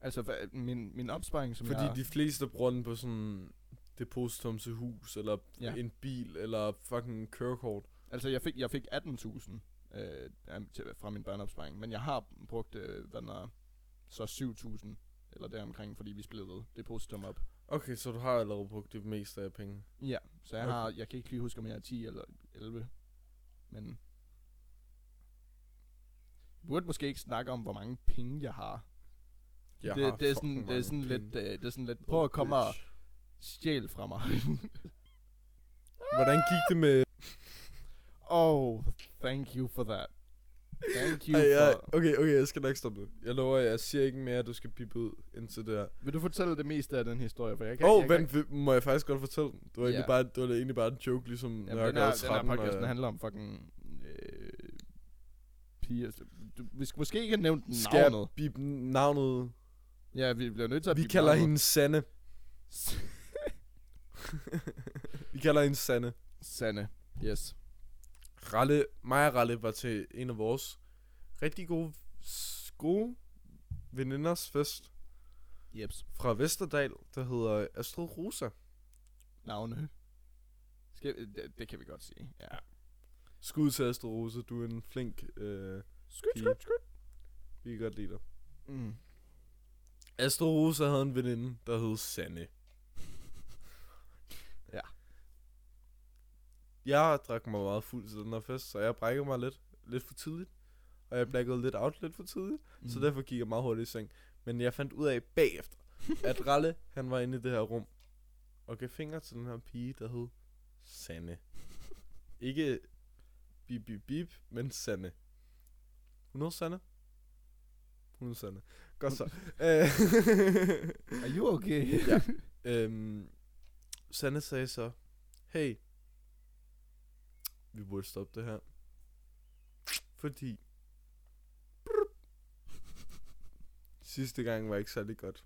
Altså, hvad, min, min opsparing, som Fordi jeg... de fleste bruger den på sådan depositum til hus, eller Ja. ja. en bil, eller fucking kørekort. Altså, jeg fik, jeg fik 18.000 øh, am- til- fra min børneopsparing, men jeg har brugt, øh, hvad den er, så 7.000 eller deromkring, fordi vi splittede depositum op. Okay, så du har allerede brugt det meste af penge. Ja, så jeg Okay. har, jeg kan ikke lige huske, om jeg er 10 eller 11, men... Jeg burde måske ikke snakke om, hvor mange penge jeg har. Jeg det, har det, er fucking sådan, det er mange sådan lidt, penge. øh, det er sådan lidt, prøv at komme og Bitch. stjæl fra mig. Hvordan gik det med... oh, thank you for that. Thank you Ej, jeg, for... okay, okay, jeg skal nok stoppe nu. Jeg lover, jeg siger ikke mere, at du skal pippe ud indtil det her. Vil du fortælle det meste af den historie? For jeg kan, Åh, oh, jeg kan, vent, vi- må jeg faktisk godt fortælle den? Det var, egentlig Ja. bare, det var da egentlig bare en joke, ligesom Jamen, den, her, den her øh. podcast, den handler om fucking... Øh, piger. Du, vi skal måske ikke have nævnt Skal navnet. jeg bippe navnet? Ja, vi bliver nødt til at Vi bippe kalder navnet. hende Sanne. Vi kalder hende Sanne. Sanne. Yes. Ralle, mig og Ralle var til en af vores rigtig gode, s- gode veninders fest Jeps. fra Vesterdal, der hedder Astrid Rosa. Navne. Skal, det, det, kan vi godt sige. Ja. Skud til Astrid Rosa, du er en flink øh, Skyt, Pige. skyt, skyt. vi kan godt lide dig. Mm. Astrid Rosa havde en veninde, der hed Sanne. Ja. Jeg drak mig meget fuld til den her fest, så jeg brækkede mig lidt, lidt for tidligt. Og jeg blackede lidt out lidt for tidligt, mm. så derfor gik jeg meget hurtigt i seng. Men jeg fandt ud af bagefter, at Ralle, han var inde i det her rum, og gav fingre til den her pige, der hed Sanne. Ikke bip, bip, bip, men Sanne. Hun hed Sanne. Hun hed Sanne. Godt så. Øh, Mm. Are you okay? Ja. Øhm, Sanne sagde så, hey, vi burde stoppe det her. Fordi... Sidste gang var ikke særlig godt.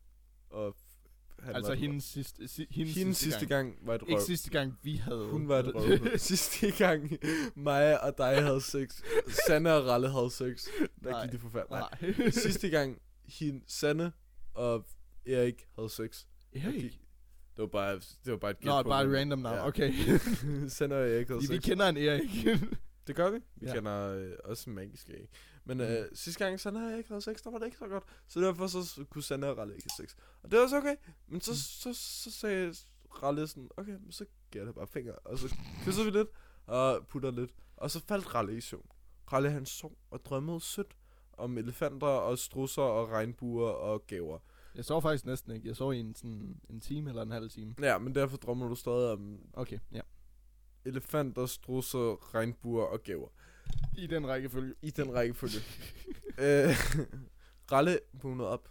Og f- han altså var et hendes sidste, si, røv. hendes hendes sidste gang. gang var et Ikke røv. sidste gang, vi havde. Hun var et røv. sidste gang mig og dig havde sex, Sanne og Ralle havde sex, der Nej. gik det forfærdeligt. Nej. Nej. Sidste gang, hende, Sanne og Erik havde sex, Erik. det var bare, det var bare et gæt Nå, på, bare et hvem- random navn. Ja. Okay. Sender jeg ikke Vi, vi også. kender en Erik. Det gør vi. Vi Ja. ja. kender øh, også magisk æg. Men Mm. øh, sidste gang Sanna og jeg ikke havde sex, der var det ikke så godt. Så derfor så s- kunne Sanna og Ralle ikke have sex. Og det var så okay. Men så, Mm. så, så sagde Ralle sådan, okay, men så giver jeg det bare fingre. Og så kysser vi lidt og putter lidt. Og så faldt Ralle i søvn. Ralle han sov og drømmede sødt om elefanter og strusser og regnbuer og gaver. jeg sov faktisk næsten ikke. Jeg sov i en, sådan, en time eller en halv time. Ja, men derfor drømmer du stadig om Okay, ja. elefanter, strusser, regnbuer og gaver. I den rækkefølge. I den rækkefølge. øh, Ralle vågnede op.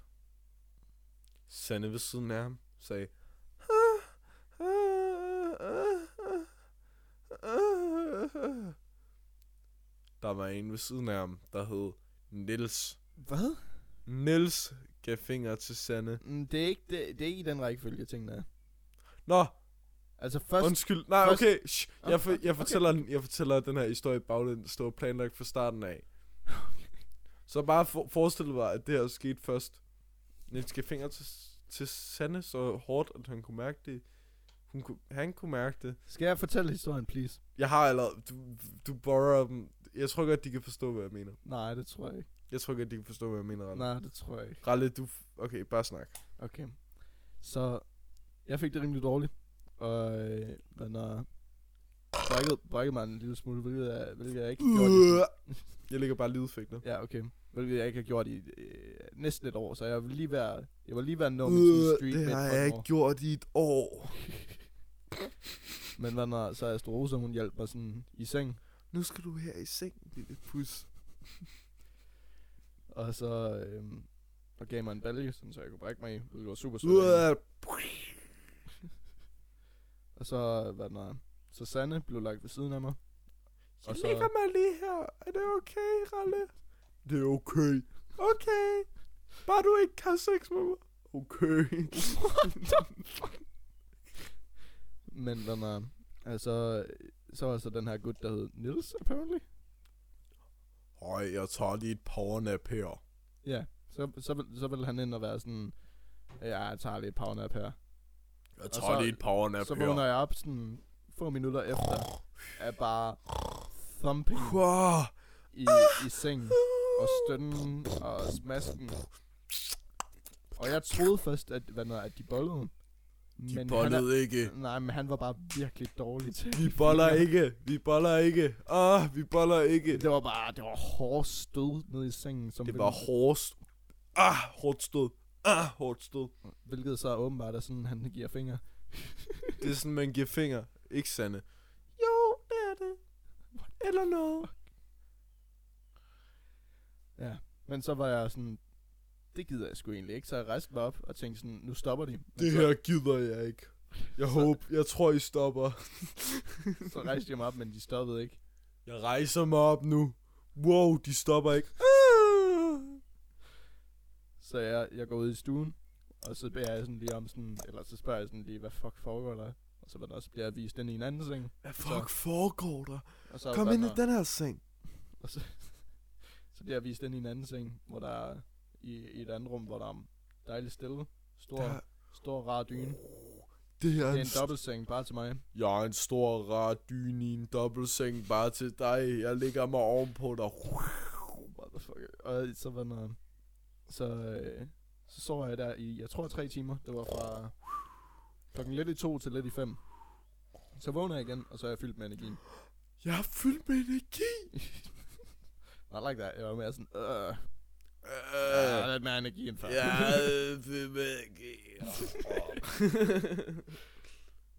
Sanne ved siden af ham sagde... "Ah, ah, ah, ah, ah." Der var en ved siden af ham, der hed Nils. Hvad? Nils gav fingre til Sanne. Mm, Det er ikke, det, det er ikke i den rækkefølge, tingene er. Nå, Altså først... undskyld. Nej, først- okay. Shh. Ah, Jeg, for, okay, jeg, fortæller, den- jeg fortæller den her historie baglæns. Det var planlagt fra starten af. Så bare for, forestil dig, at det her skete først. Niels gav fingre til, til Sanne så hårdt, at han kunne mærke det. Hun kunne, han kunne mærke det. Skal jeg fortælle historien, please? Jeg har allerede... Du, du borrower dem. Jeg tror godt, de kan forstå, hvad jeg mener. Nej, det tror jeg ikke. Jeg tror godt, de kan forstå, hvad jeg mener. Ralle. Nej, det tror jeg ikke. Ralle, du... Okay, bare snak. Okay. Så jeg fik det rimelig dårligt. Og øh, den har brækket, brækket mig en lille smule, hvilket jeg, hvilket jeg ikke har gjort i sådan- Jeg ligger bare lydeffekter. Ja, okay. Hvilket jeg ikke har gjort i øh, næsten et år, så jeg var lige ved at, jeg var lige ved at nå min sådan street Øh, det midt har for et jeg år. ikke gjort i et år. Men hvad når, så er Rosa, hun hjalp mig sådan i seng. Nu skal du her i seng, lille pus. Og så øh, og gav mig en balje, sådan, så jeg kunne brække mig i, hvilket var super sødt. af hende. Øh, Og så, hvad den er, så Sanne blev lagt ved siden af mig. Jeg Og så- ligger mig lige her. Er det okay, Ralle? Det er okay. Okay. Bare du ikke har sex med mig. Okay. Men hvad er, altså, så var så den her gut, der hed Nils, apparently. Høj, jeg tager lige et powernap her. Ja, så, så, vil- så ville han ind og være sådan, ja, jeg tager lige et powernap her. Jeg tager så- lige et powernap så vågner jeg op sådan få minutter efter, er bare thumping Wow. i, i sengen, og stønnen, og smasken. Og jeg troede først, at, hvad når, at de bollede. De han bollede ikke. er, nej, men han var bare virkelig dårlig til. at Vi give boller fingre. ikke. Vi boller ikke. Ah, vi boller ikke. Det var bare, det var hårdt stød nede i sengen. Som Det ville- var hårdt. Ah, hårdt stød. Ah, hårdt stød. Hvilket så åbenbart er sådan, han giver fingre. Det er sådan, man giver finger. Ikke sande. Jo, det er det. Eller noget. Ja. Men så var jeg sådan, det gider jeg sgu egentlig ikke. Så jeg rejste mig op og tænkte sådan, nu stopper de. Men Det så, her gider jeg ikke. Jeg håber, jeg tror, I stopper. så rejste jeg mig op, men de stoppede ikke. Jeg rejser mig op nu. Wow, de stopper ikke. Ah! Så jeg, jeg går ud i stuen, og så beder jeg sådan lige om sådan, eller så spørger jeg sådan lige, hvad fuck foregår der? Og så var der også bliver jeg vist ind i en anden seng. Hvad fuck foregår der? Og så, Kom var ind der, i den her seng. og så, så bliver jeg vist ind i en anden seng, hvor der er i, i et andet rum, hvor der er dejligt stille. Stor, Der, stor rar dyne. det her Det er er en, en st- dobbeltseng bare til mig. Jeg er en stor, rar dyne i en dobbeltseng bare til dig. Jeg ligger mig ovenpå dig. Motherfucker. Og så var der, så, øh, så sov jeg der i, jeg tror tre timer. Det var fra klokken lidt i to til lidt i fem. Så vågner jeg igen, og så er jeg fyldt med energi. Jeg er fyldt med energi. Not like that. Jeg var mere sådan, øh, jeg har Øh, lidt mere energi end før. jeg er fyldt med energi.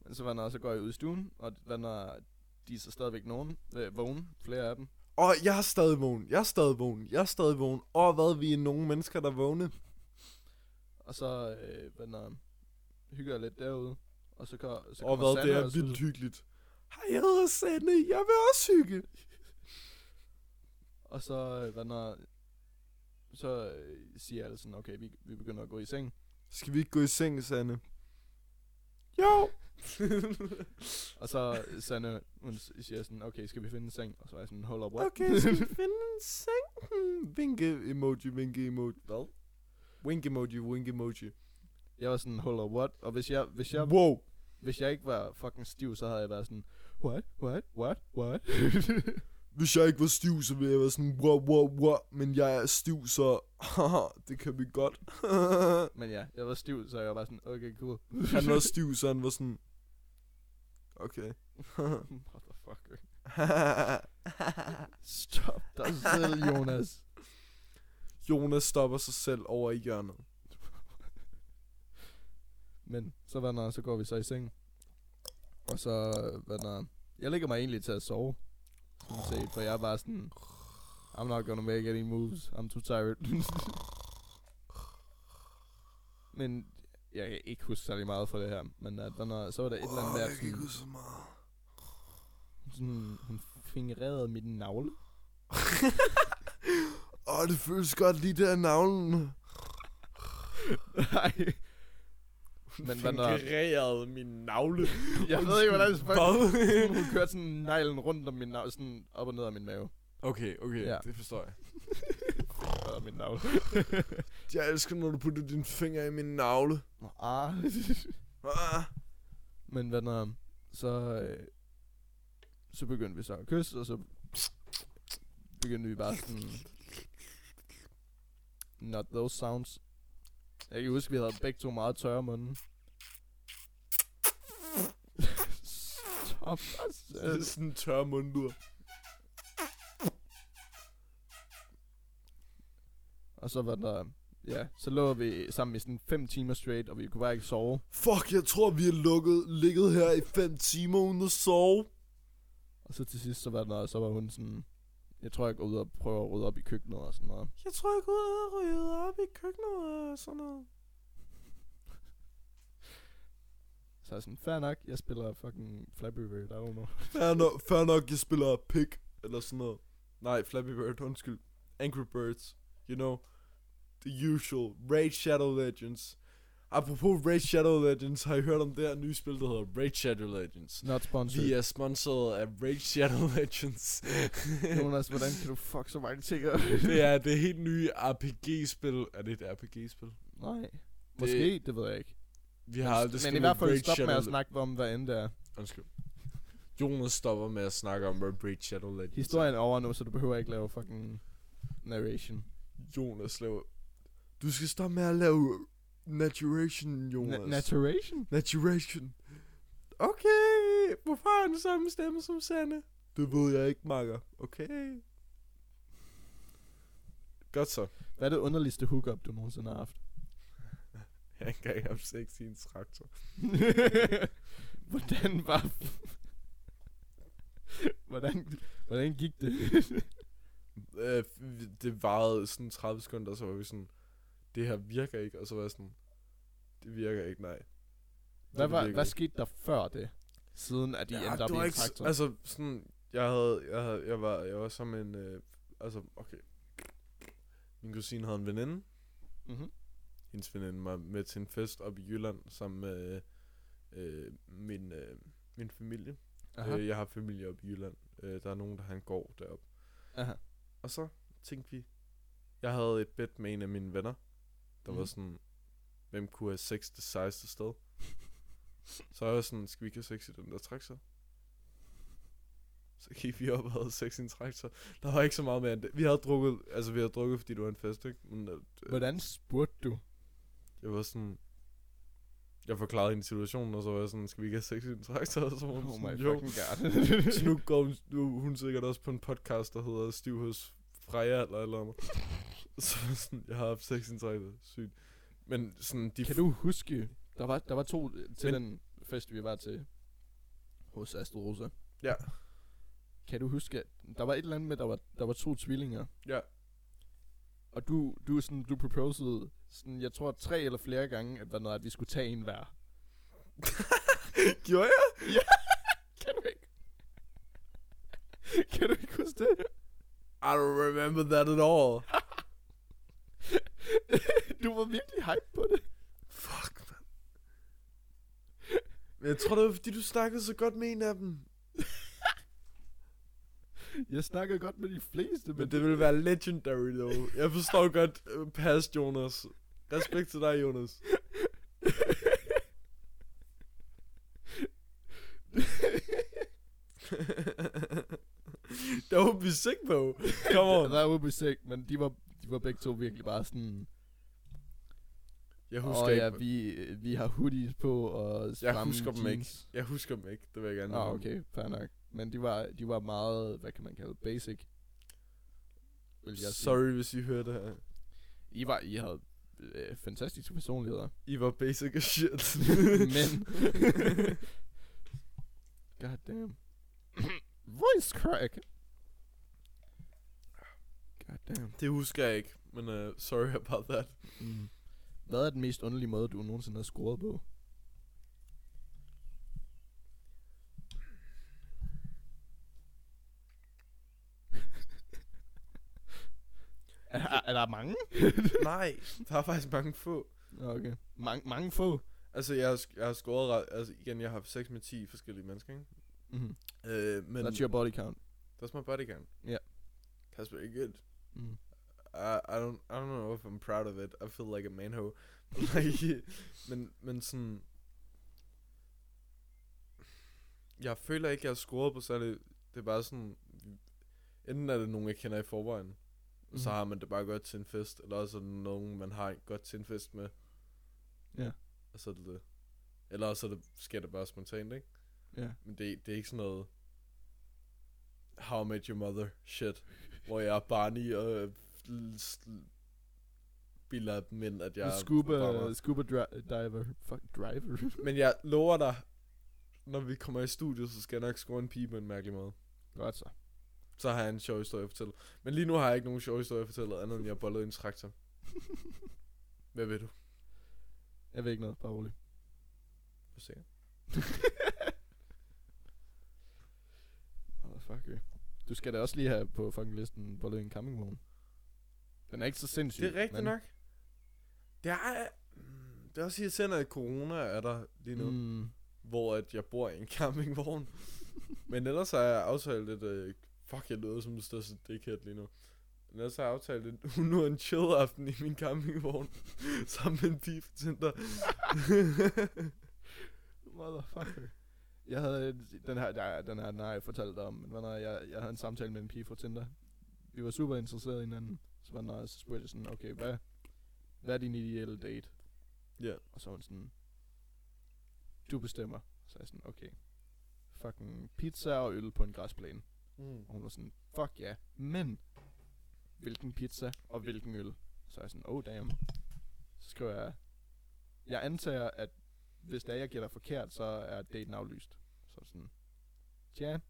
Men så var der, så går jeg ud i stuen, og hvad når de er så stadigvæk nogen, øh, vågen, flere af dem. Og jeg er stadig vågen. Jeg er stadig vågen. Jeg er stadig vågen. Og hvad, vi er nogle mennesker, der er vågne. Og så, øh, hvad når, hygger jeg lidt derude. Og så, går, så Og kommer hvad, det Sandra er også ud. vildt hyggeligt. Hej, jeg hedder Sande. Jeg vil også hygge. Og så, øh, hvad når, så øh, siger alle sådan, okay, vi, vi begynder at gå i seng. Skal vi ikke gå i seng, Sande? Jo. Og så øh, Sanne, hun s- siger sådan, okay, skal vi finde en seng? Og så er jeg sådan, hold op, what? Okay, skal vi finde en seng? Hmm, Vinke emoji, vinke emoji. Hvad? Wink emoji, wink emoji. Jeg var sådan, hold up, what? Og hvis jeg, hvis jeg, Wow. hvis jeg ikke var fucking stiv, så havde jeg været sådan, what, what, what, what? Hvis jeg ikke var stiv, så ville jeg være sådan, wow, wow, wow. Men jeg er stiv, så haha, det kan vi godt. Men ja, jeg var stiv, så jeg var bare sådan, okay, cool. han var stiv, så han var sådan, okay. Motherfucker. Stop dig selv, Jonas. Jonas stopper sig selv over i hjørnet. Men så hvad når, så går vi så i seng. Og så, hvad når, jeg ligger mig egentlig til at sove. Sådan set, for jeg er bare sådan, I'm not gonna make any moves, I'm too tired. men jeg kan ikke huske særlig meget for det her, men at, hvad når, så var der et eller andet der, sådan, så meget. sådan, hun fingrerede mit navle. Åh, det føles godt lige der i navlen. Nej. Men hvad når, Fingrerede min navle. jeg ved ikke, hvordan det Hvad? Hun kørte sådan neglen rundt om min navle, sådan op og ned af min mave. Okay, okay, Ja. det forstår jeg. Op af min navle. Jeg elsker, når du putter dine fingre i min navle. ah. Ah. Men hvad når, så, øh, så begyndte vi så at kysse, og så begyndte vi bare sådan, not those sounds. Jeg kan huske, vi havde begge to meget tørre munden. Stop dig Det er selv. sådan en tør mundlur. Og så var der, ja, så lå vi sammen i sådan 5 timer straight, og vi kunne bare ikke sove. Fuck, jeg tror, vi har lukket, ligget her i 5 timer uden at sove. Og så til sidst, så var, der, så var hun sådan, jeg tror, jeg går ud og prøver at rydde op i køkkenet og sådan noget. Jeg tror, jeg går ud og rydder op i køkkenet og sådan noget. Så er jeg sådan, fair nok, jeg spiller fucking Flappy Bird, I don't know. Fair nok, fair nok jeg spiller pik eller sådan noget. Nej, Flappy Bird, undskyld. Angry Birds, you know. The usual. Raid Shadow Legends. Apropos Raid Shadow Legends, har I hørt om det her nye spil, der hedder Raid Shadow Legends? Not sponsored. Vi er sponsoreret af Raid Shadow Legends. Jonas, hvordan kan du fuck så mange ting op? det er det helt nye RPG-spil. Er det et RPG-spil? Nej. Måske, det, ved jeg ikke. Vi har aldrig Men i spillet hvert fald Raid stop med Shadow at snakke om, hvad end det er. Undskyld. Jonas stopper med at snakke om Raid Shadow Legends. Historien er over nu, så du behøver ikke lave fucking narration. Jonas laver... Du skal stoppe med at lave naturation, Jonas. Na- Naturation? naturation. Okay, hvorfor har han samme stemme som Sanne? Det ved jeg ikke, makker. Okay. Godt så. Hvad er det underligste hookup, du nogensinde har haft? Jeg kan ikke have sex i en traktor. hvordan var... hvordan, hvordan gik det? øh, vi- det varede sådan 30 sekunder, så var vi sådan, det her virker ikke, og så var jeg sådan, det virker ikke, nej. Hvad, det var, virker hvad ikke. skete der før det? Siden at de ja, endte op i det var en ikke s- traktor. Altså, sådan, jeg havde, jeg havde, jeg var, jeg var som en, øh, altså, okay. Min kusine havde en veninde, mm-hmm. hendes veninde var med til en fest op i Jylland, sammen med øh, min, øh, min familie. Aha. Øh, jeg har familie op i Jylland. Øh, der er nogen, der har en gård deroppe. Aha. Og så tænkte vi, jeg havde et bet med en af mine venner, der mm. var Mhm. sådan, hvem kunne have sex det sejeste sted? så jeg var sådan, skal vi ikke have sex i den der traktor? Så gik vi op og havde sex i en traktor. Der var ikke så meget mere end det. Vi havde drukket, altså vi havde drukket, fordi det var en fest, ikke? Men øh, Hvordan spurgte du? jeg var sådan... Jeg forklarede hende situationen, og så var jeg sådan, skal vi ikke have sex i en traktor? Og så var hun Oh my sådan, jo. fucking god. Så nu går hun, nu, er hun sikkert også på en podcast, der hedder Stiv hos Freja eller et eller andet. så var jeg sådan, jeg har haft sex i en traktor. Sygt. Men sådan, de... kan du huske, der var, der var to øh, til Men- Men... den fest, vi var til hos Astrid Rosa. Ja. Kan du huske, at der var et eller andet med, der var, der var to tvillinger. Ja. Og du, du, er sådan, du proposede, sådan, jeg tror, tre eller flere gange, at, der noget, at vi skulle tage en hver. Gjorde jeg? Kan du ikke? kan du ikke huske det? I don't remember that at all. du var virkelig hype på det. Fuck, man. Men jeg tror, det var, fordi du snakkede så godt med en af dem. Jeg snakkede godt med de fleste, men, Men det ville være legendary, though. Jeg forstår godt øh, past, Jonas. Respekt til dig, Jonas. That would be sick, though. Come on. Der var sick, men de var, de var begge to virkelig bare sådan... Jeg husker, Åh ja, ikke, vi, vi har hoodies på og jeg stramme husker dem ikke. øhm, jeans." Jeg husker dem ikke, det vil jeg gerne Ah, indrømme. okay, fair nok. Men de var, de var meget, hvad kan man kalde, basic. Vil jeg sige. Sorry, hvis I hører det her. I, var, I havde øh, fantastiske personligheder. I var basic as shit. men... God damn. Voice crack. God damn. det husker jeg ikke, men uh, sorry about that. Mm. Hvad er den mest underlige måde, du nogensinde har scoret på? er, er, er der mange? Nej, der er faktisk mange få. Okay. Mange, mange få. Altså, jeg har, sk- jeg har scoret ret, altså igen, jeg har haft sex med 10 forskellige mennesker, ikke? Mm-hmm. Øh, men That's your body count. that's my body count. Ja. That's pretty good. Mm. I, I don't I don't know if I'm proud of it. I feel like a manho. like, men, men sådan... Jeg føler ikke, jeg har scoret på særlig... Det er bare sådan... Enten er det nogen, jeg kender i forvejen, mm. og så Mhm. har man det bare godt til en fest, eller også er det nogen, man har godt til en fest med. Ja. Og så er det det. Eller også er det, sker det bare spontant, ikke? Ja. Men det, det er ikke sådan noget... How I Met Your Mother shit, hvor jeg er Barney og l- s- bilder dem ind, at jeg Yeah, er scuba, programmer. scuba dri- diver. Fuck, driver. Men jeg lover dig, når vi kommer i studiet, så skal jeg nok score en pige på en mærkelig måde. Godt så. Så har jeg en sjov historie at fortælle. Men lige nu har jeg ikke nogen sjov historie at fortælle, andet end jeg bollede i en traktor. Hvad ved du? Jeg ved ikke noget, bare rolig. Hvad siger jeg? Motherfucker. Du skal da også lige have på fucking listen Bollet en Coming Home. Den er ikke så sindssyg. Det er rigtigt men- nok. Det er, mm, det er også irriterende, at corona er der lige nu. Mm. Mm, Hvor at jeg bor i en campingvogn. Men ellers har jeg aftalt et... Øh, fuck, jeg lyder som den største dickhead lige nu. Men ellers har jeg aftalt en, nu en chill aften i min campingvogn. sammen med en pige fra Tinder. motherfucker. Jeg havde en, den her, der, den her, den har jeg fortalt dig om, men når jeg, jeg havde en samtale med en pige fra Tinder. Vi var super interesserede i hinanden. Så var den, og så spurgte jeg sådan, okay, hvad, hvad er din ideelle date? Ja. Og så var hun sådan, du bestemmer. Så er jeg sådan, okay, fucking pizza og øl på en græsplæne. Mm. Og hun var sådan, fuck ja, yeah. men hvilken pizza og hvilken øl? Så er jeg sådan, oh damn. Så skriver jeg, jeg antager, at hvis det er, jeg gætter forkert, så er daten aflyst. Så er det sådan, tja,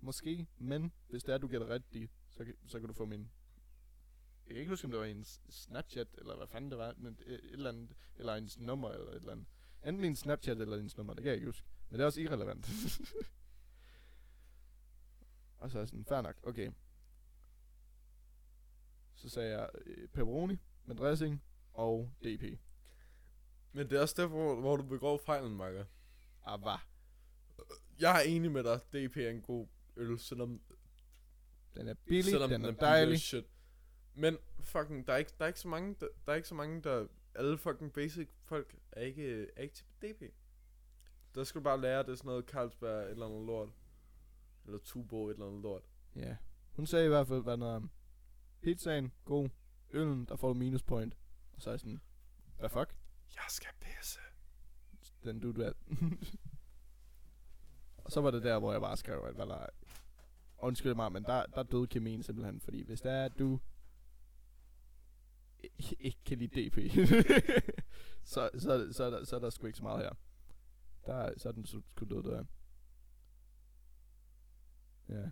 måske, men hvis det er, du gætter rigtigt, så, kan- så kan du få min... Jeg kan ikke huske, om det var en Snapchat, eller hvad fanden det var, men et, et eller andet, eller ens nummer, eller et eller andet. Enten en Snapchat eller ens nummer, det kan jeg ikke huske. Men det er også irrelevant. og så er jeg sådan, fair nok, okay. Så sagde jeg øh, pepperoni med dressing og DP. Men det er også derfor, hvor- hvor du begår fejlen, Makker. Ah, hvad? Jeg er enig med dig. DP er en god øl, selvom Den er billig, Selvom den er billig as dejlig. Shit. Men fucking, der er, ikke, der er ikke så mange, der, der er ikke så mange, der... Alle fucking basic folk er ikke, er ikke til DP. Der skal du bare lære, det er sådan noget Carlsberg et eller andet lort. Eller Tuborg et eller andet lort. Ja. Hun sagde i hvert fald, hvad der Pizzaen, god. Øllen, der får du minuspoint. Og så er jeg sådan, hvad fuck? Jeg skal pisse. Den du der. og så var det der, hvor jeg bare skrev, at hvad der Undskyld mig, men der, der døde kemien simpelthen, fordi hvis der er, at du i- ikke kan lide DP, så, så, så, så, er der, så er der sgu ikke så meget her. Der, er- så er den sgu sgu død der. Ja.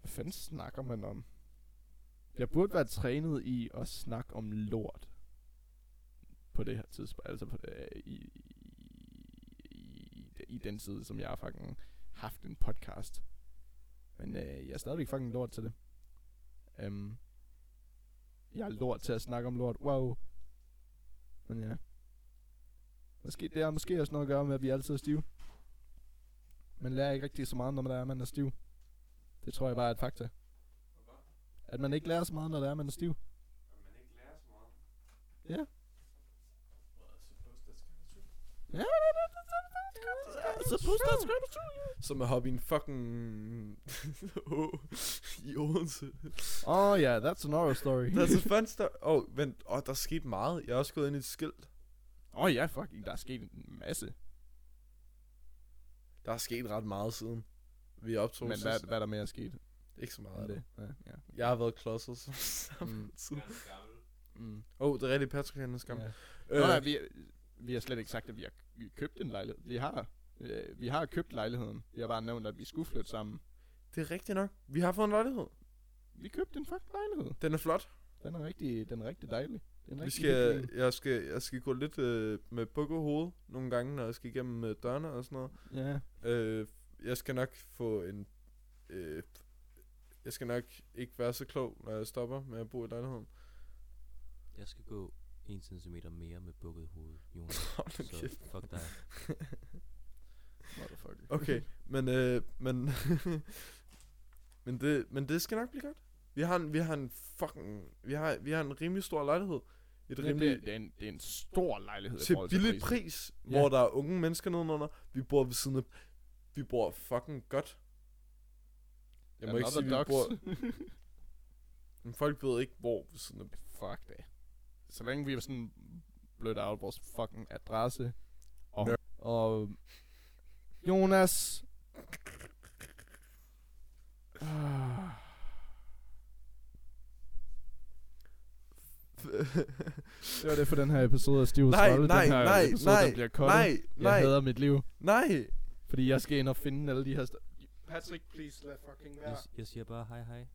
Hvad fanden snakker man om? Jeg burde være trænet i at snakke om lort. På det her tidspunkt. Altså på, øh, i, i, i, i den side, som jeg har fucking haft en podcast. Men øh, jeg er stadigvæk fucking lort til det. Um, jeg er lort til at snakke om lort. Wow. Men ja. Måske, det har måske også noget at gøre med, at vi altid er stive. Man lærer ikke rigtig så meget, når man er, man er stiv. Det tror jeg bare er et fakta. At man ikke lærer så meget, når det er, man er stiv. Ja. Ja, så puster jeg skrevet Som er hoppe i en fucking... Å I Odense. Oh yeah, that's an horror story. That's a fun story. Åh, oh, vent. Åh, oh, der er sket meget. Jeg er også gået ind i et skilt. Åh oh, ja, fucking, der er sket en masse. Der er sket ret meget siden. Vi optog Men hvad, sidst. hvad er der mere er sket? Ikke så end meget. det? Det. Ja, ja. Jeg har været klodset som samme Mm, tid. mm, Åh, oh, det er rigtigt. Patrick han er skam. ja. Øh, Nå, ja, vi, vi har slet ikke sagt, at vi har købt en lejlighed. Vi har, øh, vi har købt lejligheden. Vi har bare nævnt, at vi skulle flytte sammen. Det er rigtigt nok. Vi har fået en lejlighed. Vi købte en fucking lejlighed. Den er flot. Den er rigtig, den er rigtig dejlig. Den er Vi rigtig skal, hyggelig. jeg, skal, jeg skal gå lidt øh, med bukket hoved nogle gange, når jeg skal igennem øh, dørene og sådan noget. Ja. Øh, jeg skal nok få en... Øh, jeg skal nok ikke være så klog, når jeg stopper med at bo i lejligheden. Jeg skal gå 1 cm mere med bukket hoved, Jonas. Hold nu så kæft. fuck dig. Motherfucker. Okay, men... Øh, men, men, det, men det skal nok blive godt. Vi har en, vi har en fucking... Vi har, vi har en rimelig stor lejlighed. Et Det, rimelig, det, det, er en, det er en stor lejlighed. i til forhold billig prisen. pris, Ja. hvor der er unge mennesker nedenunder. Vi bor ved siden af... Vi bor fucking godt. Jeg må ikke sige, vi Another bor... dogs. Men folk ved ikke, hvor ved siden af... Fuck det. Så længe vi sådan blødt out vores fucking adresse. Og, Nør- og Jonas. Ah, det var det for den her episode af Stiv Nej, Trolle. nej, den her nej, episode, nej, den bliver kottet. nej, nej, Jeg hader mit liv, nej. fordi jeg skal ind og finde alle de her... St- Patrick, please, lad fucking Jeg, s- jeg siger bare hej hej. Ah.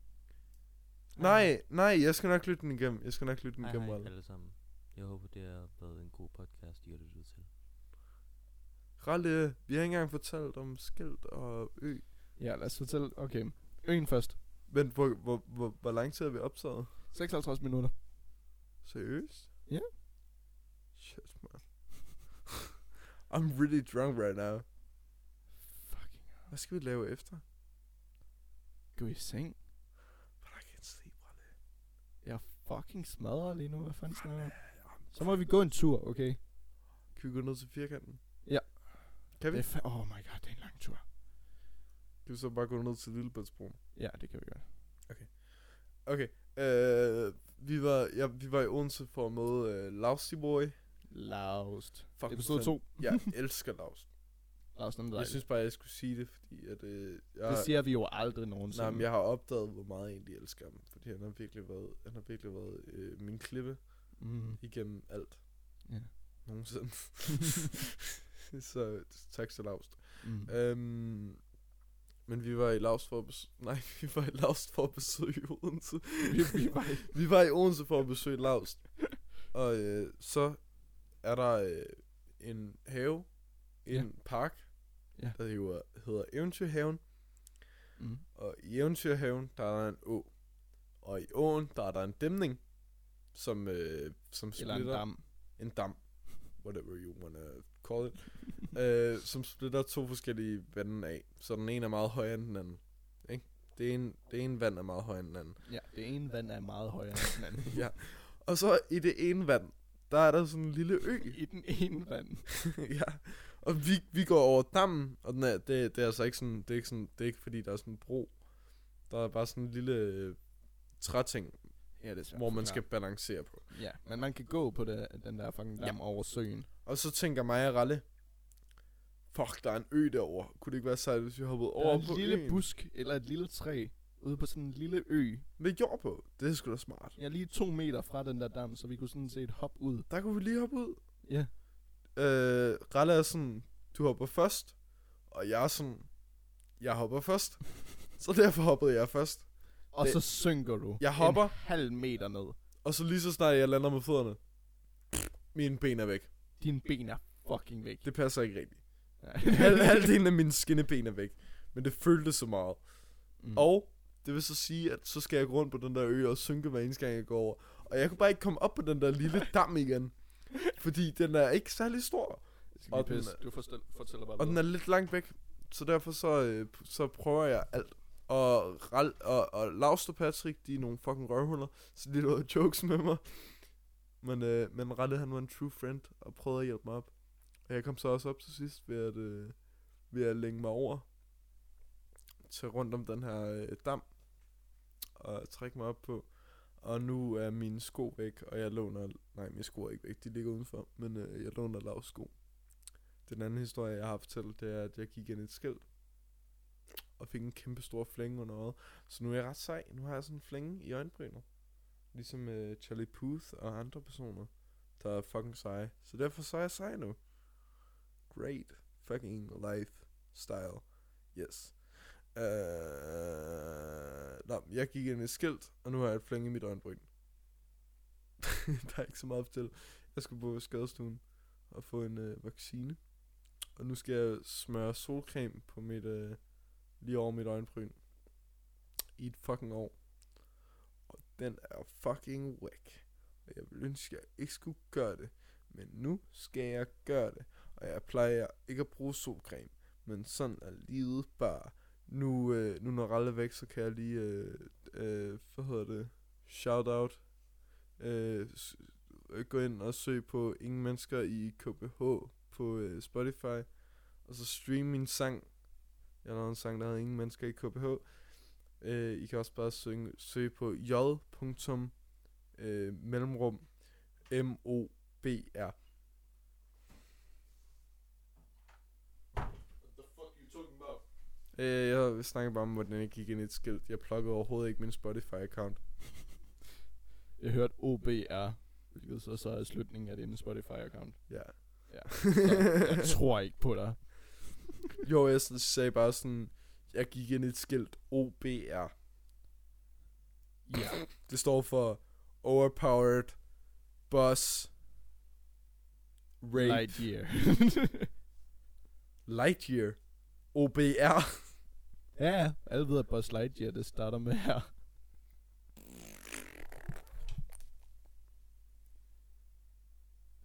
Nej, nej, jeg skal nok lytte den igennem. Jeg skal nok lytte den Hej igennem. hej Ralle. alle sammen. Jeg håber, det har været en god podcast, I har lyttet til. Ralle, vi har ikke engang fortalt om skilt og ø. Ja, lad os fortælle... Okay. Øen først. Men hvor, hvor, hvor, hvor lang tid har vi optaget? 56 minutter. Seriøst? Ja. Shit, man. I'm really drunk right now. Fucking Hvad skal vi lave efter? gå i seng. But I can't sleep, Ralle. Jeg er fucking smadret lige nu. Hvad fanden snakker jeg om? Så må vi gå en tur, okay? Kan vi gå ned til firkanten? Ja. Kan vi? Det er fa- oh my god, det er en lang tur. Kan vi så bare gå ned til Lillebæltsbroen? Ja, det kan vi gøre. Okay. Øh, vi, var, ja, vi var i Odense for at møde øh, Lausty Boy. Laust. Fuck, Episode fan- 2. Jeg elsker Laust. Laust er jeg dejlig. synes bare, jeg skulle sige det, fordi at, øh, jeg, Det siger vi jo aldrig nogensinde. nej, men jeg har opdaget, hvor meget jeg egentlig elsker ham. Fordi han har virkelig været, han har virkelig været øh, min klippe Mm. igennem alt. Ja. Nogensinde. så tak til Laust. Mm. Øhm, Men vi var i Laos for at besøge... Nej, vi var i Laos for at besøge Odense. Vi, vi var i, Vi var i Odense for at besøge Laust. Og øh, så er der øh, en have, en Ja. park, Ja. der hedder, hedder Eventyrhaven. mm. Og i Eventyrhaven, der er der en å. Og i åen, der er der en dæmning, som, øh, som Eller en splitter... dam. En dam. Whatever you wanna call it. øh, som splitter to forskellige vande af. Så den ene er meget højere end den anden. Ikke? Det ene, det ene vand er meget højere end den anden. Ja, det ene vand er meget højere end den anden. Ja. Og så i det ene vand, der er der sådan en lille ø. I den ene vand. ja. Og vi, vi går over dammen, og den er, det, det er altså ikke sådan, det er ikke sådan, det er ikke fordi, der er sådan en bro. Der er bare sådan en lille øh, træting, Ja, det er hvor man skal balancere på. Ja, men man kan gå på det, den der fucking dam ja. over søen. Og så tænker mig og Ralle, fuck, der er en ø derovre. Kunne det ikke være sejt, hvis vi hoppede Over over der er på en lille øen? busk eller et lille træ ude på sådan en lille ø. Med jord på. Det er sgu da smart. Jeg er lige to meter fra den der dam, så vi kunne sådan set hoppe ud. Der kunne vi lige hoppe ud. Ja. Øh, Ralle er sådan, du hopper først, og jeg er sådan, jeg hopper først. så derfor hoppede jeg først. Og Det- så synker du. Jeg hopper. En halv meter ned. Og så lige så snart jeg lander med fødderne, mine ben er væk. Dine ben er fucking væk. Det passer ikke rigtigt. Ja. Hal- Halvdelen af mine skinneben er væk. Men det føltes så meget. Mm. Og det vil så sige, at så skal jeg gå rundt på den der ø og synke hver eneste gang, jeg går over. Og jeg kunne bare ikke komme op på den der lille dam igen. Fordi den er ikke særlig stor. Det skal og blive den- pisse. Du forstæl, fortæller bare Og den er lidt langt væk. Så derfor så, øh, så prøver jeg alt. Og, Ral, og, og Laust og Patrick, de er nogle fucking røvhuller. Så de lavede jokes med mig. Men, øh, men Ralle, han var en true friend og prøvede at hjælpe mig op. Og jeg kom så også op til sidst ved at, øh, ved at længe mig over. Til rundt om den her øh, dam. Og trække mig op på. Og nu er mine sko væk, og jeg låner... Nej, mine sko er ikke væk, de ligger udenfor. Men øh, jeg låner Lausts sko. Den anden historie, jeg har fortalt, det er, at jeg gik ind i et skilt. Og fik en kæmpe stor flænge under øjet. Så nu er jeg ret sej. Nu har jeg sådan en flænge i øjenbrynet. Ligesom øh, Charlie Puth og andre personer, der er fucking seje. Så derfor så er jeg sej nu. Great fucking life style. Yes. Øh, nå, jeg gik ind i et skilt, og nu har jeg et flænge i mit øjenbryn. der er ikke så meget til. Jeg skulle på skadestuen og få en øh, vaccine. Og nu skal jeg smøre solcreme på mit, øh, lige over mit øjenbryn. I et fucking år. Og den er fucking whack. Og jeg ville ønske, at jeg ikke skulle gøre det. Men nu skal jeg gøre det. Og jeg plejer ikke at bruge solcreme. Men sådan er livet bare. Nu, øh, nu når Ralle er væk, så kan jeg lige, øh, øh, hvad hedder det, shout out. Øh, s- øh, gå ind og søg på Ingen Mennesker i KBH på øh, Spotify, og så streame min sang. Jeg lavede en sang, der hedder Ingen Mennesker i KBH. Øh, I kan også bare synge, søge på j. punktum, Øh, mellemrum m o b r Øh, jeg snakker bare om, hvordan jeg gik ind i et skilt. Jeg plukkede overhovedet ikke min Spotify-account. Jeg hørte OBR, hvilket så, så er slutningen af din Spotify-account. Ja. Ja. Jeg tror ikke på dig. Jo, jeg sådan sagde bare sådan, jeg gik ind i et skilt, OBR. Ja. Det står for Overpowered Bus Rape Lightyear. Lightyear. OBR. ja, alle ved, at Buzz Lightyear, det starter med her.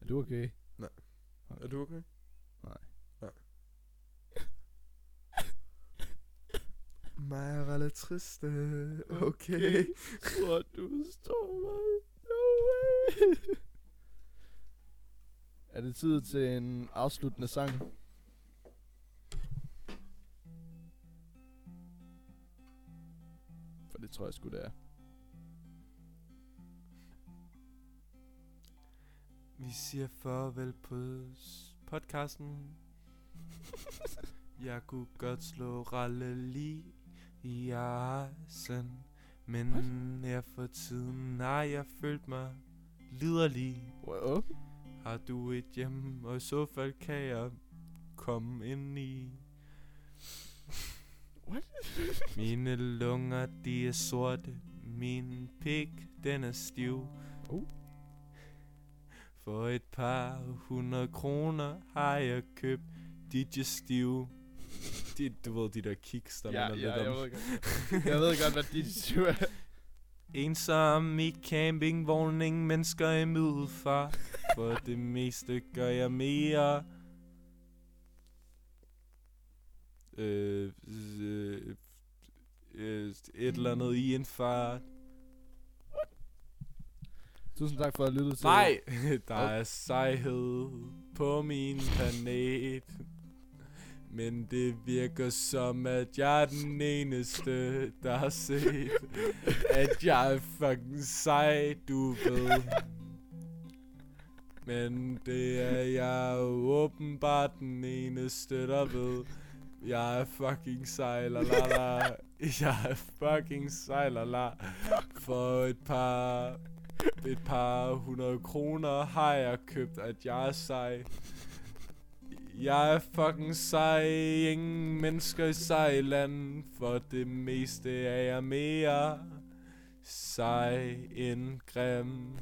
Er du okay? Er du okay? Nej. Nej. Mig er lidt triste. Okay. Tror du står mig? No way. er det tid til en afsluttende sang? For det tror jeg sgu, det er. Vi siger farvel på s- podcasten. Jeg kunne godt slå Ralle lige i arsen, men jeg for tiden, nej, jeg følte mig liderlig. Wow. Har du et hjem, og i så fald kan jeg komme ind i. Mine lunger, de er sorte. Min pik, den er stiv. Uh. For et par hundrede kroner har jeg købt digestiv. De, du ved, de der kiks, der ja, minder ja, lidt jeg om. ved godt. Jeg ved godt, hvad de syv er. Ensom i campingvognen, ingen mennesker i middelfart. For det meste gør jeg mere... Øh, øh, øh, et eller andet i en fart. Tusind tak for at lytte til... Nej, der er sejhed på min planet. Men det virker som, at jeg er den eneste, der har set, at jeg er fucking sej, du ved. Men det er jeg jo åbenbart den eneste, der ved. Jeg er fucking sej, la la la. Jeg er fucking sej, la la. For et par et par hundrede kroner har jeg købt, at jeg er sej. Jeg er fucking sej, ingen mennesker i sejland, for det meste er jeg mere sej end grim.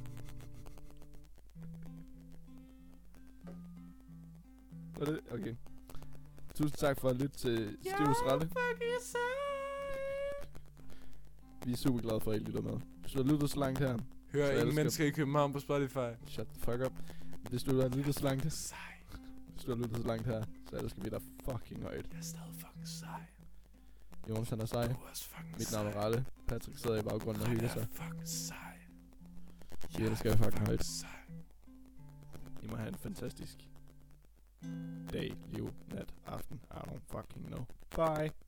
Var det? Okay. Tusind tak for at lytte til Stivs Ralle. fucking Vi er super glade for, at I lytter med. Hvis du har lyttet så langt her, Så Hør ingen elsker- mennesker i København på Spotify. shut the fuck up. Hvis du har lyttet så langt Hvis du har lyttet så langt her, så elsker vi dig fucking højt. Jeg er stadig fucking sej. Jonas han er sej. Du er også fucking Mit navn er Ralle. Patrick sidder i baggrunden og hygger Jeg er sig. fucking sej. Vi elsker jer fucking højt. Sej. I må have en fantastisk dag, liv, nat, aften. I don't fucking know. Bye.